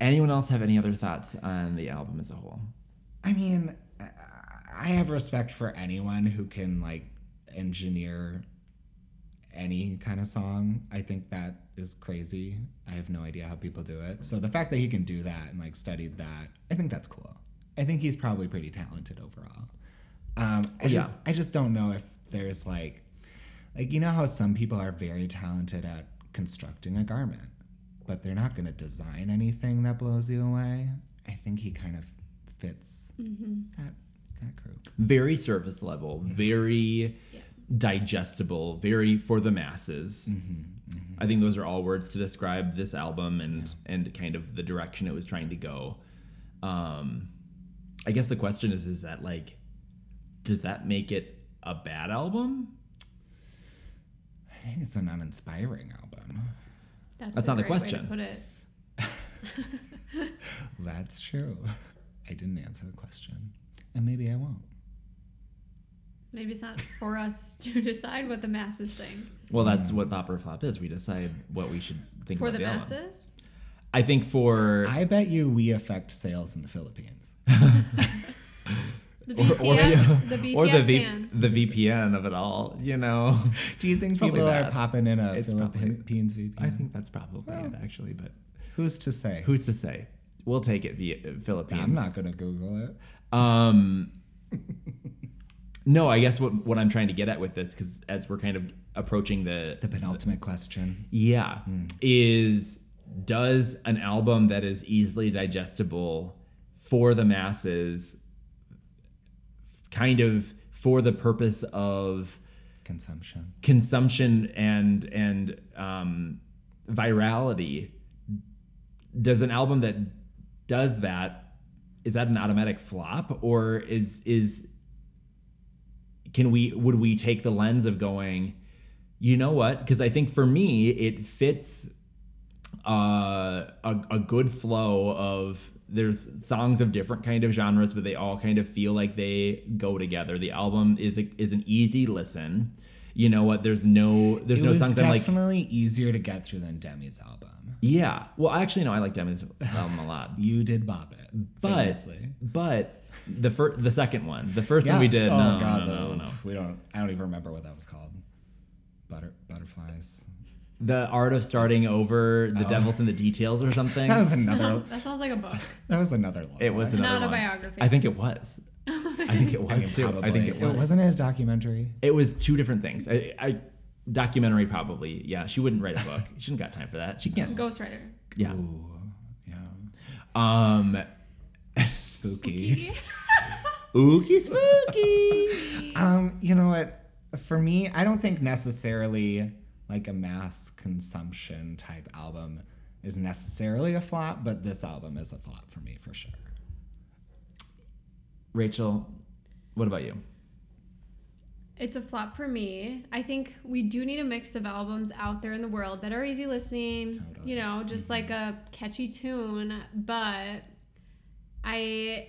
Speaker 1: anyone else have any other thoughts on the album as a whole?
Speaker 2: I mean, I- I have respect for anyone who can like engineer any kind of song. I think that is crazy. I have no idea how people do it. So the fact that he can do that and like studied that, I think that's cool. I think he's probably pretty talented overall. Um, I
Speaker 1: Yeah.
Speaker 2: just I just don't know if there's like like you know how some people are very talented at constructing a garment, but they're not going to design anything that blows you away. I think he kind of fits that that group.
Speaker 1: Very surface level, very
Speaker 3: Yeah.
Speaker 1: digestible, very for the masses. I think those are all words to describe this album and and kind of the direction it was trying to go. Um, I guess the question is, is that like, does that make it a bad album?
Speaker 2: I think it's an uninspiring album.
Speaker 1: That's not the
Speaker 3: great way to
Speaker 1: question.
Speaker 3: put it.
Speaker 2: That's true. I didn't answer the question, and maybe I won't.
Speaker 3: Maybe it's not for us to decide what the masses think.
Speaker 1: Well, that's what Pop or Flop is. We decide what we should think
Speaker 3: For
Speaker 1: about the
Speaker 3: the
Speaker 1: album.
Speaker 3: masses?
Speaker 1: I think for
Speaker 2: I bet you we affect sales in the Philippines.
Speaker 3: The
Speaker 1: or,
Speaker 3: BTS,
Speaker 1: or-
Speaker 3: the BTS
Speaker 1: or the
Speaker 3: fans.
Speaker 1: the VPN of it all. You know,
Speaker 2: Do you think
Speaker 1: It's probably
Speaker 2: people are
Speaker 1: that.
Speaker 2: popping in a
Speaker 1: It's
Speaker 2: Philippines VPN?
Speaker 1: I think that's probably it actually. But
Speaker 2: Who's to say?
Speaker 1: who's to say? We'll take it via uh, Philippines.
Speaker 2: I'm not gonna Google it.
Speaker 1: Um, no, I guess what what I'm trying to get at with this, because as we're kind of approaching the
Speaker 2: The penultimate question.
Speaker 1: Yeah. Is does an album that is easily digestible for the masses kind of for the purpose of
Speaker 2: Consumption.
Speaker 1: consumption and and um, virality does an album that does that is that an automatic flop or is is can we would we take the lens of going you know what because i think for me it fits uh, a, a good flow of there's songs of different kind of genres but they all kind of feel like they go together the album is a, is an easy listen you know what there's no there's
Speaker 2: it
Speaker 1: no
Speaker 2: was
Speaker 1: songs i'm like
Speaker 2: definitely easier to get through than Demi's album.
Speaker 1: yeah well actually no i like demi's album a lot
Speaker 2: You did bop it,
Speaker 1: But-
Speaker 2: famously.
Speaker 1: but the first the second one the first
Speaker 2: Yeah.
Speaker 1: one we did
Speaker 2: Oh
Speaker 1: no,
Speaker 2: god,
Speaker 1: no no
Speaker 2: though.
Speaker 1: no no
Speaker 2: We don't. I don't even remember what that was called. Butter butterflies.
Speaker 1: the art of starting over the
Speaker 2: Oh.
Speaker 1: devils in the details or something
Speaker 2: That was another.
Speaker 3: that sounds like a book.
Speaker 2: that was another. Long
Speaker 1: it was
Speaker 2: one.
Speaker 1: another
Speaker 3: Not a
Speaker 1: one.
Speaker 3: biography.
Speaker 1: i think it was i think it was
Speaker 2: I mean,
Speaker 1: too
Speaker 2: probably.
Speaker 1: i think it was
Speaker 2: wasn't it a documentary.
Speaker 1: It was two different things. I, I documentary probably. Yeah, she wouldn't write a book. she didn't got time for that. She can't.
Speaker 3: Ghostwriter.
Speaker 1: Yeah.
Speaker 2: Ooh, yeah.
Speaker 1: Um.
Speaker 2: Spooky.
Speaker 1: Ookie spooky.
Speaker 2: Um, you know what? For me, I don't think necessarily like a mass consumption type album is necessarily a flop, but this album is a flop for me for sure.
Speaker 1: Rachel, what about you?
Speaker 3: It's a flop for me. I think we do need a mix of albums out there in the world that are easy listening,
Speaker 2: Totally.
Speaker 3: you know, just like a catchy tune. But I,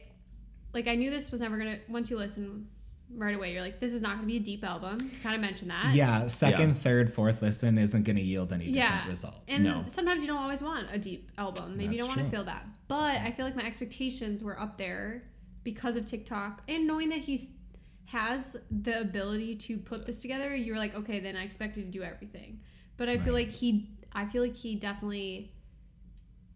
Speaker 3: like, I knew this was never gonna, once you listen right away, you're like, this is not gonna be a deep album. Kind of mentioned that.
Speaker 2: yeah, second, third, fourth listen isn't going to yield any
Speaker 3: Yeah.
Speaker 2: different results.
Speaker 3: And
Speaker 1: No.
Speaker 3: sometimes you don't always want a deep album. Maybe you
Speaker 2: That's
Speaker 3: don't want
Speaker 2: true.
Speaker 3: to feel that. But I feel like my expectations were up there because of TikTok and knowing that he's has the ability to put this together, you were like, okay, then I expected to do everything. But I feel
Speaker 2: Right.
Speaker 3: like he I feel like he definitely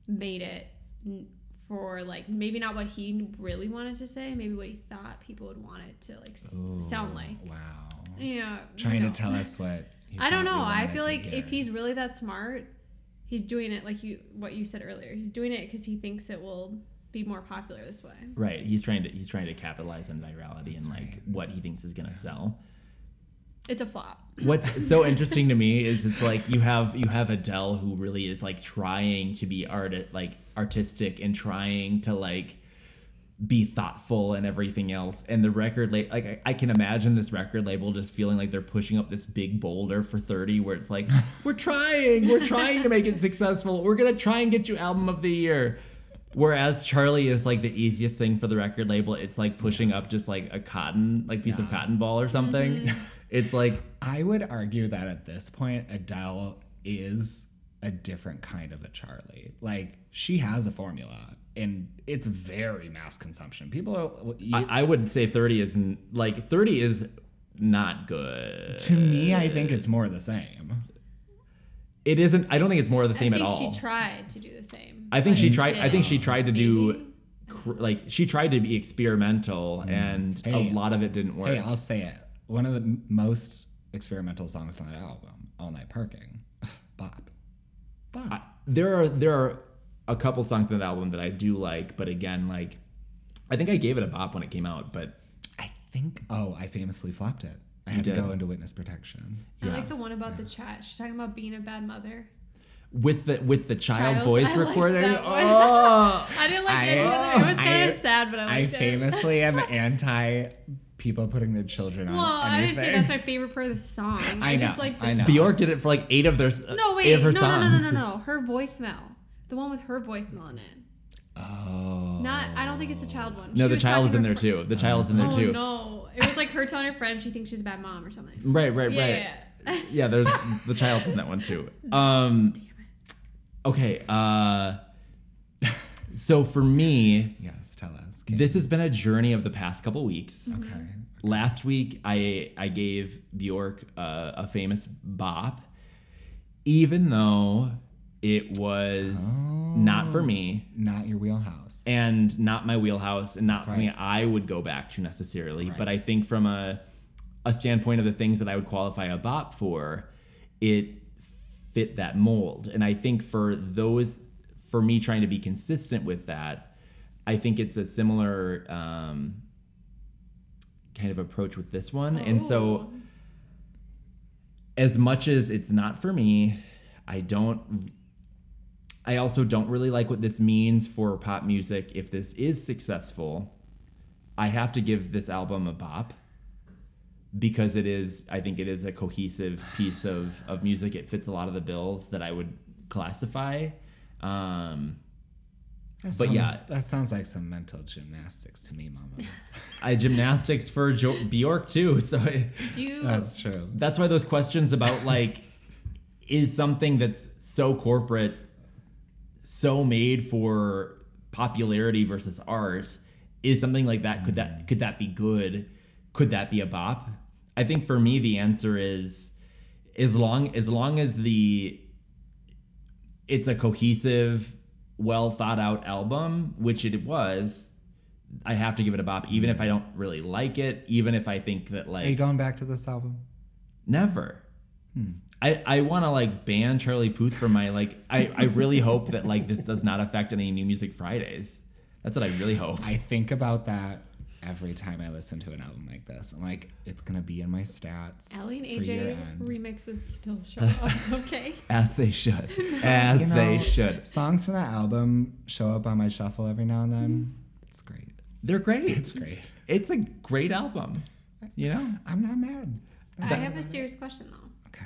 Speaker 3: made it n- for like maybe not what he really wanted to say, maybe what he thought people would want it to like s- sound
Speaker 2: Ooh,
Speaker 3: like.
Speaker 2: Wow.
Speaker 3: Yeah. you
Speaker 2: Trying
Speaker 3: know.
Speaker 2: to tell us what. you
Speaker 3: I don't
Speaker 2: thought we
Speaker 3: know. I
Speaker 2: wanted
Speaker 3: feel
Speaker 2: to
Speaker 3: like
Speaker 2: hear.
Speaker 3: if he's really that smart, he's doing it like you what you said earlier. He's doing it because he thinks it will be more popular this way.
Speaker 1: Right. He's trying to he's trying to capitalize on virality and like
Speaker 2: right.
Speaker 1: what he thinks is gonna sell.
Speaker 3: It's a flop.
Speaker 1: What's so interesting to me is it's like you have you have Adele who really is like trying to be art like artistic and trying to like be thoughtful and everything else. And the record label, like I, I can imagine this record label just feeling like they're pushing up this big boulder for 30 where it's like, we're trying, we're trying to make it successful. We're going to try and get you album of the year. Whereas Charlie is like the easiest thing for the record label. It's like pushing up just like a cotton, like piece of
Speaker 2: Yeah.
Speaker 1: cotton ball or something. It's like,
Speaker 2: I would argue that at this point, Adele is a different kind of a Charlie. Like she has a formula, and it's very mass consumption. People, are, you-
Speaker 1: I, I would say 30 is n- like 30 is not good.
Speaker 2: to me, I
Speaker 1: uh,
Speaker 2: think it's more the same.
Speaker 1: It isn't. I don't think it's more of the same
Speaker 3: I
Speaker 1: at
Speaker 3: think
Speaker 1: all.
Speaker 3: she tried to do the same.
Speaker 1: I think she
Speaker 3: but
Speaker 1: tried. I think she
Speaker 3: didn't.
Speaker 1: tried to do,
Speaker 3: Maybe.
Speaker 1: cr- like she tried to be experimental, and
Speaker 2: Mm. Hey.
Speaker 1: a lot of it didn't work.
Speaker 2: Hey, I'll say it. One of the m- most experimental songs on that album, "All Night Parking," Bop, Bop.
Speaker 1: I- there are there are a couple songs on that album that I do like, but again, like I think I gave it a bop when it came out, but
Speaker 2: I think. Oh, I famously flopped it. I had to
Speaker 1: did.
Speaker 2: go into witness protection.
Speaker 3: I
Speaker 1: yeah.
Speaker 3: like the one about the chat. She's talking about being a bad mother.
Speaker 1: with the with the child,
Speaker 3: Child,
Speaker 1: voice
Speaker 3: I like
Speaker 1: recording,
Speaker 3: that one.
Speaker 1: oh,
Speaker 3: I didn't like
Speaker 2: I-
Speaker 3: any of it. It was kind
Speaker 2: I-
Speaker 3: of sad, but I
Speaker 2: I
Speaker 3: liked it.
Speaker 2: famously am anti people putting their children on
Speaker 3: Well, I
Speaker 2: anything.
Speaker 3: didn't say that's my favorite part of the song.
Speaker 2: I
Speaker 3: I, just
Speaker 2: know,
Speaker 3: like
Speaker 2: I
Speaker 3: this
Speaker 2: know.
Speaker 1: Bjork did it for like eight of their s-
Speaker 3: No,
Speaker 1: eight
Speaker 3: wait.
Speaker 1: of
Speaker 3: No,
Speaker 1: her
Speaker 3: no, no, no,
Speaker 1: songs.
Speaker 3: no, no. Her voicemail. The one with her voicemail in it.
Speaker 2: oh,
Speaker 3: Not. I don't think it's the child one.
Speaker 1: No,
Speaker 3: She
Speaker 1: the
Speaker 3: was
Speaker 1: child
Speaker 3: talking
Speaker 1: is
Speaker 3: to
Speaker 1: in
Speaker 3: her
Speaker 1: there
Speaker 3: fr-
Speaker 1: too. The child is in there
Speaker 3: oh,
Speaker 1: too.
Speaker 3: no. It was like her telling her friend she thinks she's a bad mom or something.
Speaker 1: Right, right,
Speaker 3: Yeah,
Speaker 1: right.
Speaker 3: yeah, yeah.
Speaker 1: yeah, there's the child's in that one too. Um okay, uh so for me,
Speaker 2: Yes, tell us. Kate.
Speaker 1: this has been a journey of the past couple weeks.
Speaker 2: okay.
Speaker 3: Mm-hmm.
Speaker 1: Last week I I gave Bjork uh, a famous bop even though it was not for
Speaker 3: Oh.
Speaker 1: me
Speaker 2: Not your wheelhouse.
Speaker 1: and not my wheelhouse and not
Speaker 2: That's
Speaker 1: something
Speaker 2: right.
Speaker 1: I would go back to necessarily.
Speaker 2: Right.
Speaker 1: But I think from a a standpoint of the things that I would qualify a bop for, it fit that mold. And I think for those for me trying to be consistent with that, I think it's a similar um, kind of approach with this one. And so
Speaker 3: Oh.
Speaker 1: as much as it's not for me, I don't. I also don't really like what this means for pop music. If this is successful, I have to give this album a bop because it is. I think it is a cohesive piece of of music. It fits a lot of the bills that I would classify. Um,
Speaker 2: That
Speaker 1: but
Speaker 2: sounds-
Speaker 1: yeah.
Speaker 2: that sounds like some mental gymnastics to me, Mama.
Speaker 1: I gymnastics for jo- Bjork too, so I,
Speaker 3: Do you,
Speaker 2: That's true.
Speaker 1: that's why those questions about like is something that's so corporate so made for popularity versus art is something like that could that could that be good could that be a bop i think for me the answer is as long as long as the it's a cohesive well thought out album which it was i have to give it a bop even if i don't really like it even if i think that like
Speaker 2: Are you going back to this album?
Speaker 1: Never. Hmm. I, I want to like ban Charlie Puth from my like. I, I really hope that like this does not affect any new music Fridays. That's what I really hope.
Speaker 2: I think about that every time I listen to an album like this. I'm like, it's gonna be in my stats.
Speaker 3: Ellie and
Speaker 2: for
Speaker 3: AJ
Speaker 2: year-end.
Speaker 3: remixes still show up. Okay.
Speaker 1: As they should. As
Speaker 2: You
Speaker 1: they
Speaker 2: know,
Speaker 1: should.
Speaker 2: Songs from that album show up on my shuffle every now and then. It's great.
Speaker 1: They're great.
Speaker 2: It's great.
Speaker 1: It's a great album. You know?
Speaker 2: I'm not mad.
Speaker 3: I
Speaker 1: That-
Speaker 3: have a serious question though.
Speaker 2: Okay.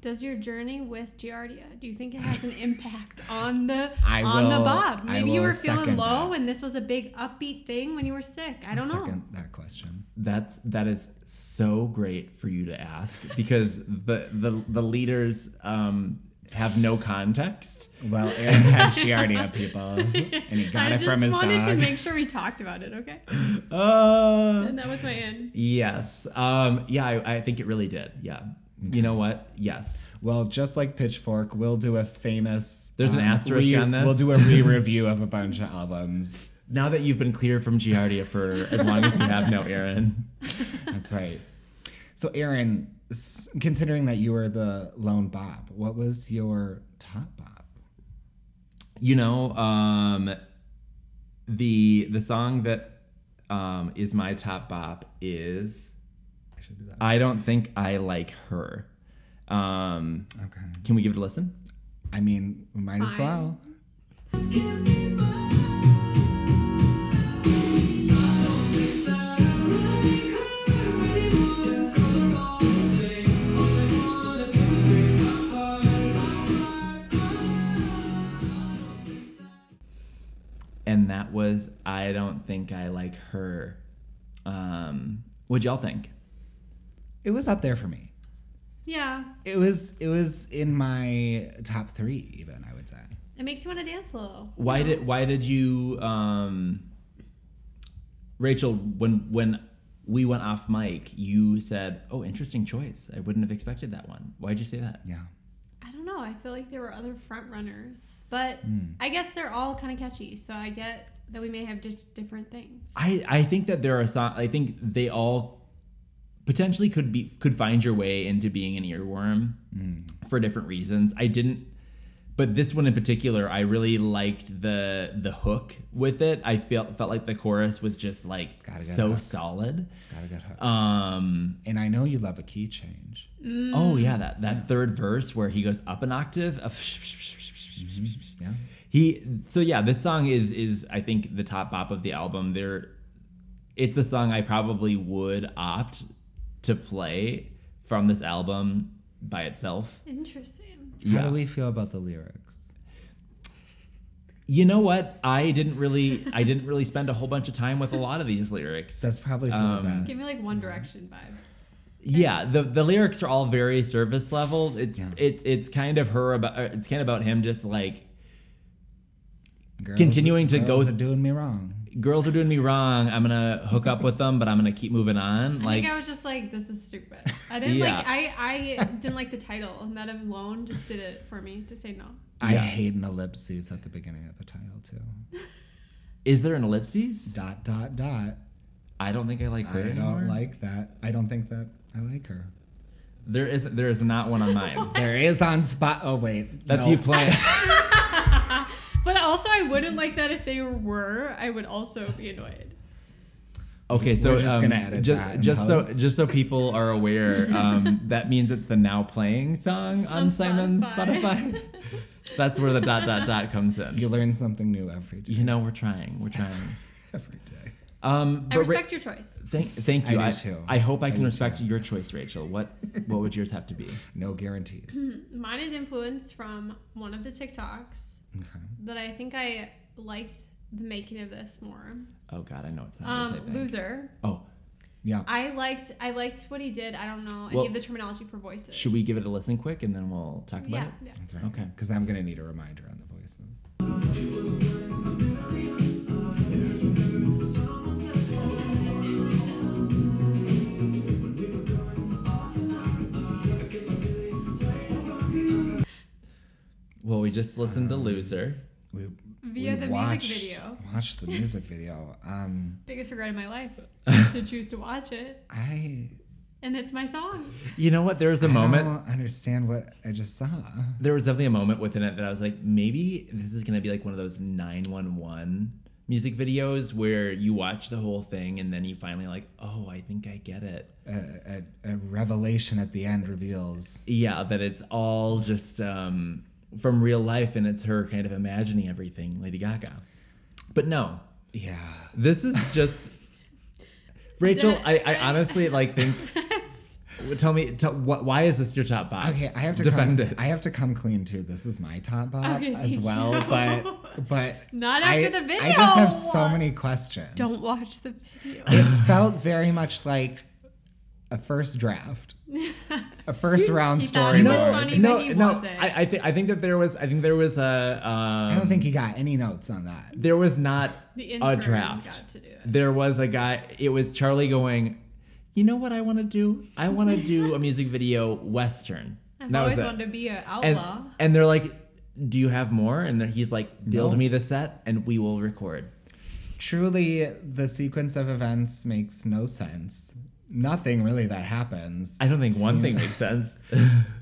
Speaker 3: Does your journey with Giardia, do you think it has an impact on the
Speaker 2: I
Speaker 3: on the
Speaker 2: will-
Speaker 3: bob?
Speaker 2: I
Speaker 3: Maybe you
Speaker 2: will
Speaker 3: were feeling
Speaker 2: second
Speaker 3: low
Speaker 2: that.
Speaker 3: and this was a big upbeat thing when you were sick. I don't know.
Speaker 2: Second that question.
Speaker 1: That's that is so great for you to ask because the the the leaders um, have no context.
Speaker 2: Well, Aaron had Giardia, people, and he got
Speaker 3: I
Speaker 2: it
Speaker 3: just
Speaker 2: from his
Speaker 3: wanted
Speaker 2: dog.
Speaker 3: to make sure we talked about it, okay?
Speaker 1: Uh,
Speaker 3: And that was my end.
Speaker 1: yes. Um, yeah, I, I think it really did. Yeah. You know what? Yes.
Speaker 2: well, just like Pitchfork, we'll do a famous. um,
Speaker 1: There's an asterisk
Speaker 2: re-
Speaker 1: on this.
Speaker 2: We'll do a re-review of a bunch of albums.
Speaker 1: Now that you've been clear from Giardia for as long as you have now, Aaron.
Speaker 2: That's right. So, Aaron, s- considering that you were the lone Bob, what was your top Bob?
Speaker 1: You know, um, the the song that um, is my top bop is
Speaker 2: I should do that.
Speaker 1: I don't think I like her. Um,
Speaker 2: Okay.
Speaker 1: can we give it a listen?
Speaker 2: I mean, we might as
Speaker 3: Fine.
Speaker 2: well.
Speaker 1: And that was I don't think I like her. Um, what'd y'all think?
Speaker 2: It was up there for me.
Speaker 3: Yeah.
Speaker 2: It was. It was in my top three, even. I would say.
Speaker 3: It makes you want to dance a little.
Speaker 1: Why did why did you um, Rachel when when we went off mic, you said, "Oh, interesting choice. I wouldn't have expected that one." Why'd you say that?
Speaker 2: Yeah.
Speaker 3: I don't know. I feel like there were other front runners, but
Speaker 1: Hmm.
Speaker 3: I guess they're all kind of catchy. So I get that we may have di- different things.
Speaker 1: I I think that there are some. I think they all potentially could be could find your way into being an earworm for different reasons. I didn't, but this one in particular, I really liked the the hook with it. I felt felt like the chorus was just like
Speaker 2: gotta get a
Speaker 1: so
Speaker 2: hook.
Speaker 1: solid.
Speaker 2: It's got a good hook.
Speaker 1: Um.
Speaker 2: and I know you love a key change.
Speaker 1: Oh
Speaker 2: Mm.
Speaker 1: yeah, that that third verse where he goes up an octave. uh,
Speaker 2: Yeah.
Speaker 1: He so yeah, this song is is I think the top bop of the album. There, it's the song I probably would opt to play from this album by itself.
Speaker 3: Interesting.
Speaker 2: How
Speaker 1: Yeah.
Speaker 2: do we feel about the lyrics?
Speaker 1: You know what? I didn't really I didn't really spend a whole bunch of time with a lot of these lyrics.
Speaker 2: That's probably for
Speaker 1: Um,
Speaker 2: the best.
Speaker 3: Give me like One Direction vibes.
Speaker 1: yeah, the the lyrics are all very service level. It's
Speaker 2: Yeah.
Speaker 1: it's it's kind of her about uh, it's kind of about him just like
Speaker 2: Girls-
Speaker 1: continuing to
Speaker 2: girls
Speaker 1: go-
Speaker 2: are doing me wrong.
Speaker 1: girls are doing me wrong. I'm gonna hook up with them, but I'm gonna keep moving on.
Speaker 3: I
Speaker 1: Like
Speaker 3: think I was just like, this is stupid. I didn't like.
Speaker 1: Yeah.
Speaker 3: I I didn't like the title, and that alone just did it for me to say no.
Speaker 2: I
Speaker 1: Yeah.
Speaker 2: hate an ellipses at the beginning of the title too.
Speaker 1: is there an ellipses?
Speaker 2: Dot dot dot.
Speaker 1: I don't think I like her
Speaker 2: I
Speaker 1: anymore.
Speaker 2: don't like that. I don't think that I like her.
Speaker 1: There is there is not one on mine.
Speaker 2: There is on spot. Oh wait,
Speaker 1: That's
Speaker 2: no.
Speaker 1: you playing.
Speaker 3: But also, I wouldn't like that if they were. I would also be annoyed.
Speaker 1: Okay, so
Speaker 2: We're just
Speaker 1: um,
Speaker 2: gonna edit
Speaker 1: just,
Speaker 2: that in
Speaker 1: just so
Speaker 2: post.
Speaker 1: just so people are aware, um, that means it's the now playing song on,
Speaker 3: On
Speaker 1: Simon's
Speaker 3: Spotify.
Speaker 1: Spotify. That's where the dot dot dot comes in.
Speaker 2: You learn something new every day.
Speaker 1: You know, we're trying, we're trying.
Speaker 2: every day.
Speaker 1: Um, but
Speaker 3: I
Speaker 1: Ra-
Speaker 3: respect your choice.
Speaker 1: thank thank you.
Speaker 2: I do too.
Speaker 1: I hope I
Speaker 2: I
Speaker 1: can
Speaker 2: do
Speaker 1: respect
Speaker 2: too.
Speaker 1: your choice, Rachel. What what would yours have to be?
Speaker 2: No guarantees.
Speaker 3: Mine is influenced from one of the TikToks
Speaker 2: Okay.
Speaker 3: that I think I liked the making of this more.
Speaker 1: Oh God, I know it's not. yours, I
Speaker 3: Um,
Speaker 1: think.
Speaker 3: loser.
Speaker 1: Oh,
Speaker 2: Yeah.
Speaker 3: I liked I liked what he did. I don't know any
Speaker 1: Well,
Speaker 3: of the terminology for voices.
Speaker 1: should we give it a listen quick and then we'll talk about
Speaker 3: Yeah,
Speaker 1: it?
Speaker 3: yeah.
Speaker 2: That's right.
Speaker 1: Okay.
Speaker 2: Because I'm gonna need a reminder on the voices.
Speaker 1: Well, we just listened to Loser.
Speaker 2: We,
Speaker 3: Via
Speaker 2: we
Speaker 3: the
Speaker 2: watched,
Speaker 3: music video.
Speaker 2: Watched the music video. Um,
Speaker 3: Biggest regret of my life to choose to watch it,
Speaker 2: I
Speaker 3: and it's my song.
Speaker 1: You know what? There was a
Speaker 2: I
Speaker 1: moment.
Speaker 2: don't understand what I just saw.
Speaker 1: there was definitely a moment within it that I was like, maybe this is gonna be like one of those nine one one music videos where you watch the whole thing and then you finally like, oh, I think I get it.
Speaker 2: A, a, a revelation at the end reveals.
Speaker 1: Yeah, that it's all just um, from real life and it's her kind of imagining everything, Lady Gaga. But no,
Speaker 2: Yeah.
Speaker 1: this is just Rachel,
Speaker 3: That-
Speaker 1: I, I honestly like think.
Speaker 3: That's-
Speaker 1: Tell me, tell, wh- why is this your top bob?
Speaker 2: Okay, I have to
Speaker 1: defend
Speaker 2: come,
Speaker 1: it.
Speaker 2: I have to come clean too. This is my top bob
Speaker 3: Okay,
Speaker 2: as well,
Speaker 3: no.
Speaker 2: but but
Speaker 3: Not
Speaker 2: I,
Speaker 3: after the video.
Speaker 2: I just have so many questions.
Speaker 3: Don't watch the video.
Speaker 2: It felt very much like a first draft, a first round
Speaker 3: he thought
Speaker 2: story.
Speaker 3: it was
Speaker 2: board.
Speaker 3: funny.
Speaker 1: no,
Speaker 3: but he
Speaker 1: no.
Speaker 3: wasn't.
Speaker 1: I, I think I think that there was I think there was a. Um,
Speaker 2: I don't think he got any notes on that.
Speaker 1: there was not
Speaker 3: The
Speaker 1: a
Speaker 3: intern
Speaker 1: draft.
Speaker 3: got to do it.
Speaker 1: There was a guy. It was Charlie going. You know what I want to do? I want to do a music video western.
Speaker 3: I've
Speaker 1: And that was
Speaker 3: always
Speaker 1: it.
Speaker 3: wanted to be an
Speaker 1: and
Speaker 3: outlaw.
Speaker 1: and they're like, "Do you have more?" And then he's like, "Build
Speaker 2: No.
Speaker 1: me the set, and we will record."
Speaker 2: Truly, the sequence of events makes no sense. Nothing really that happens.
Speaker 1: I don't think one thing makes sense.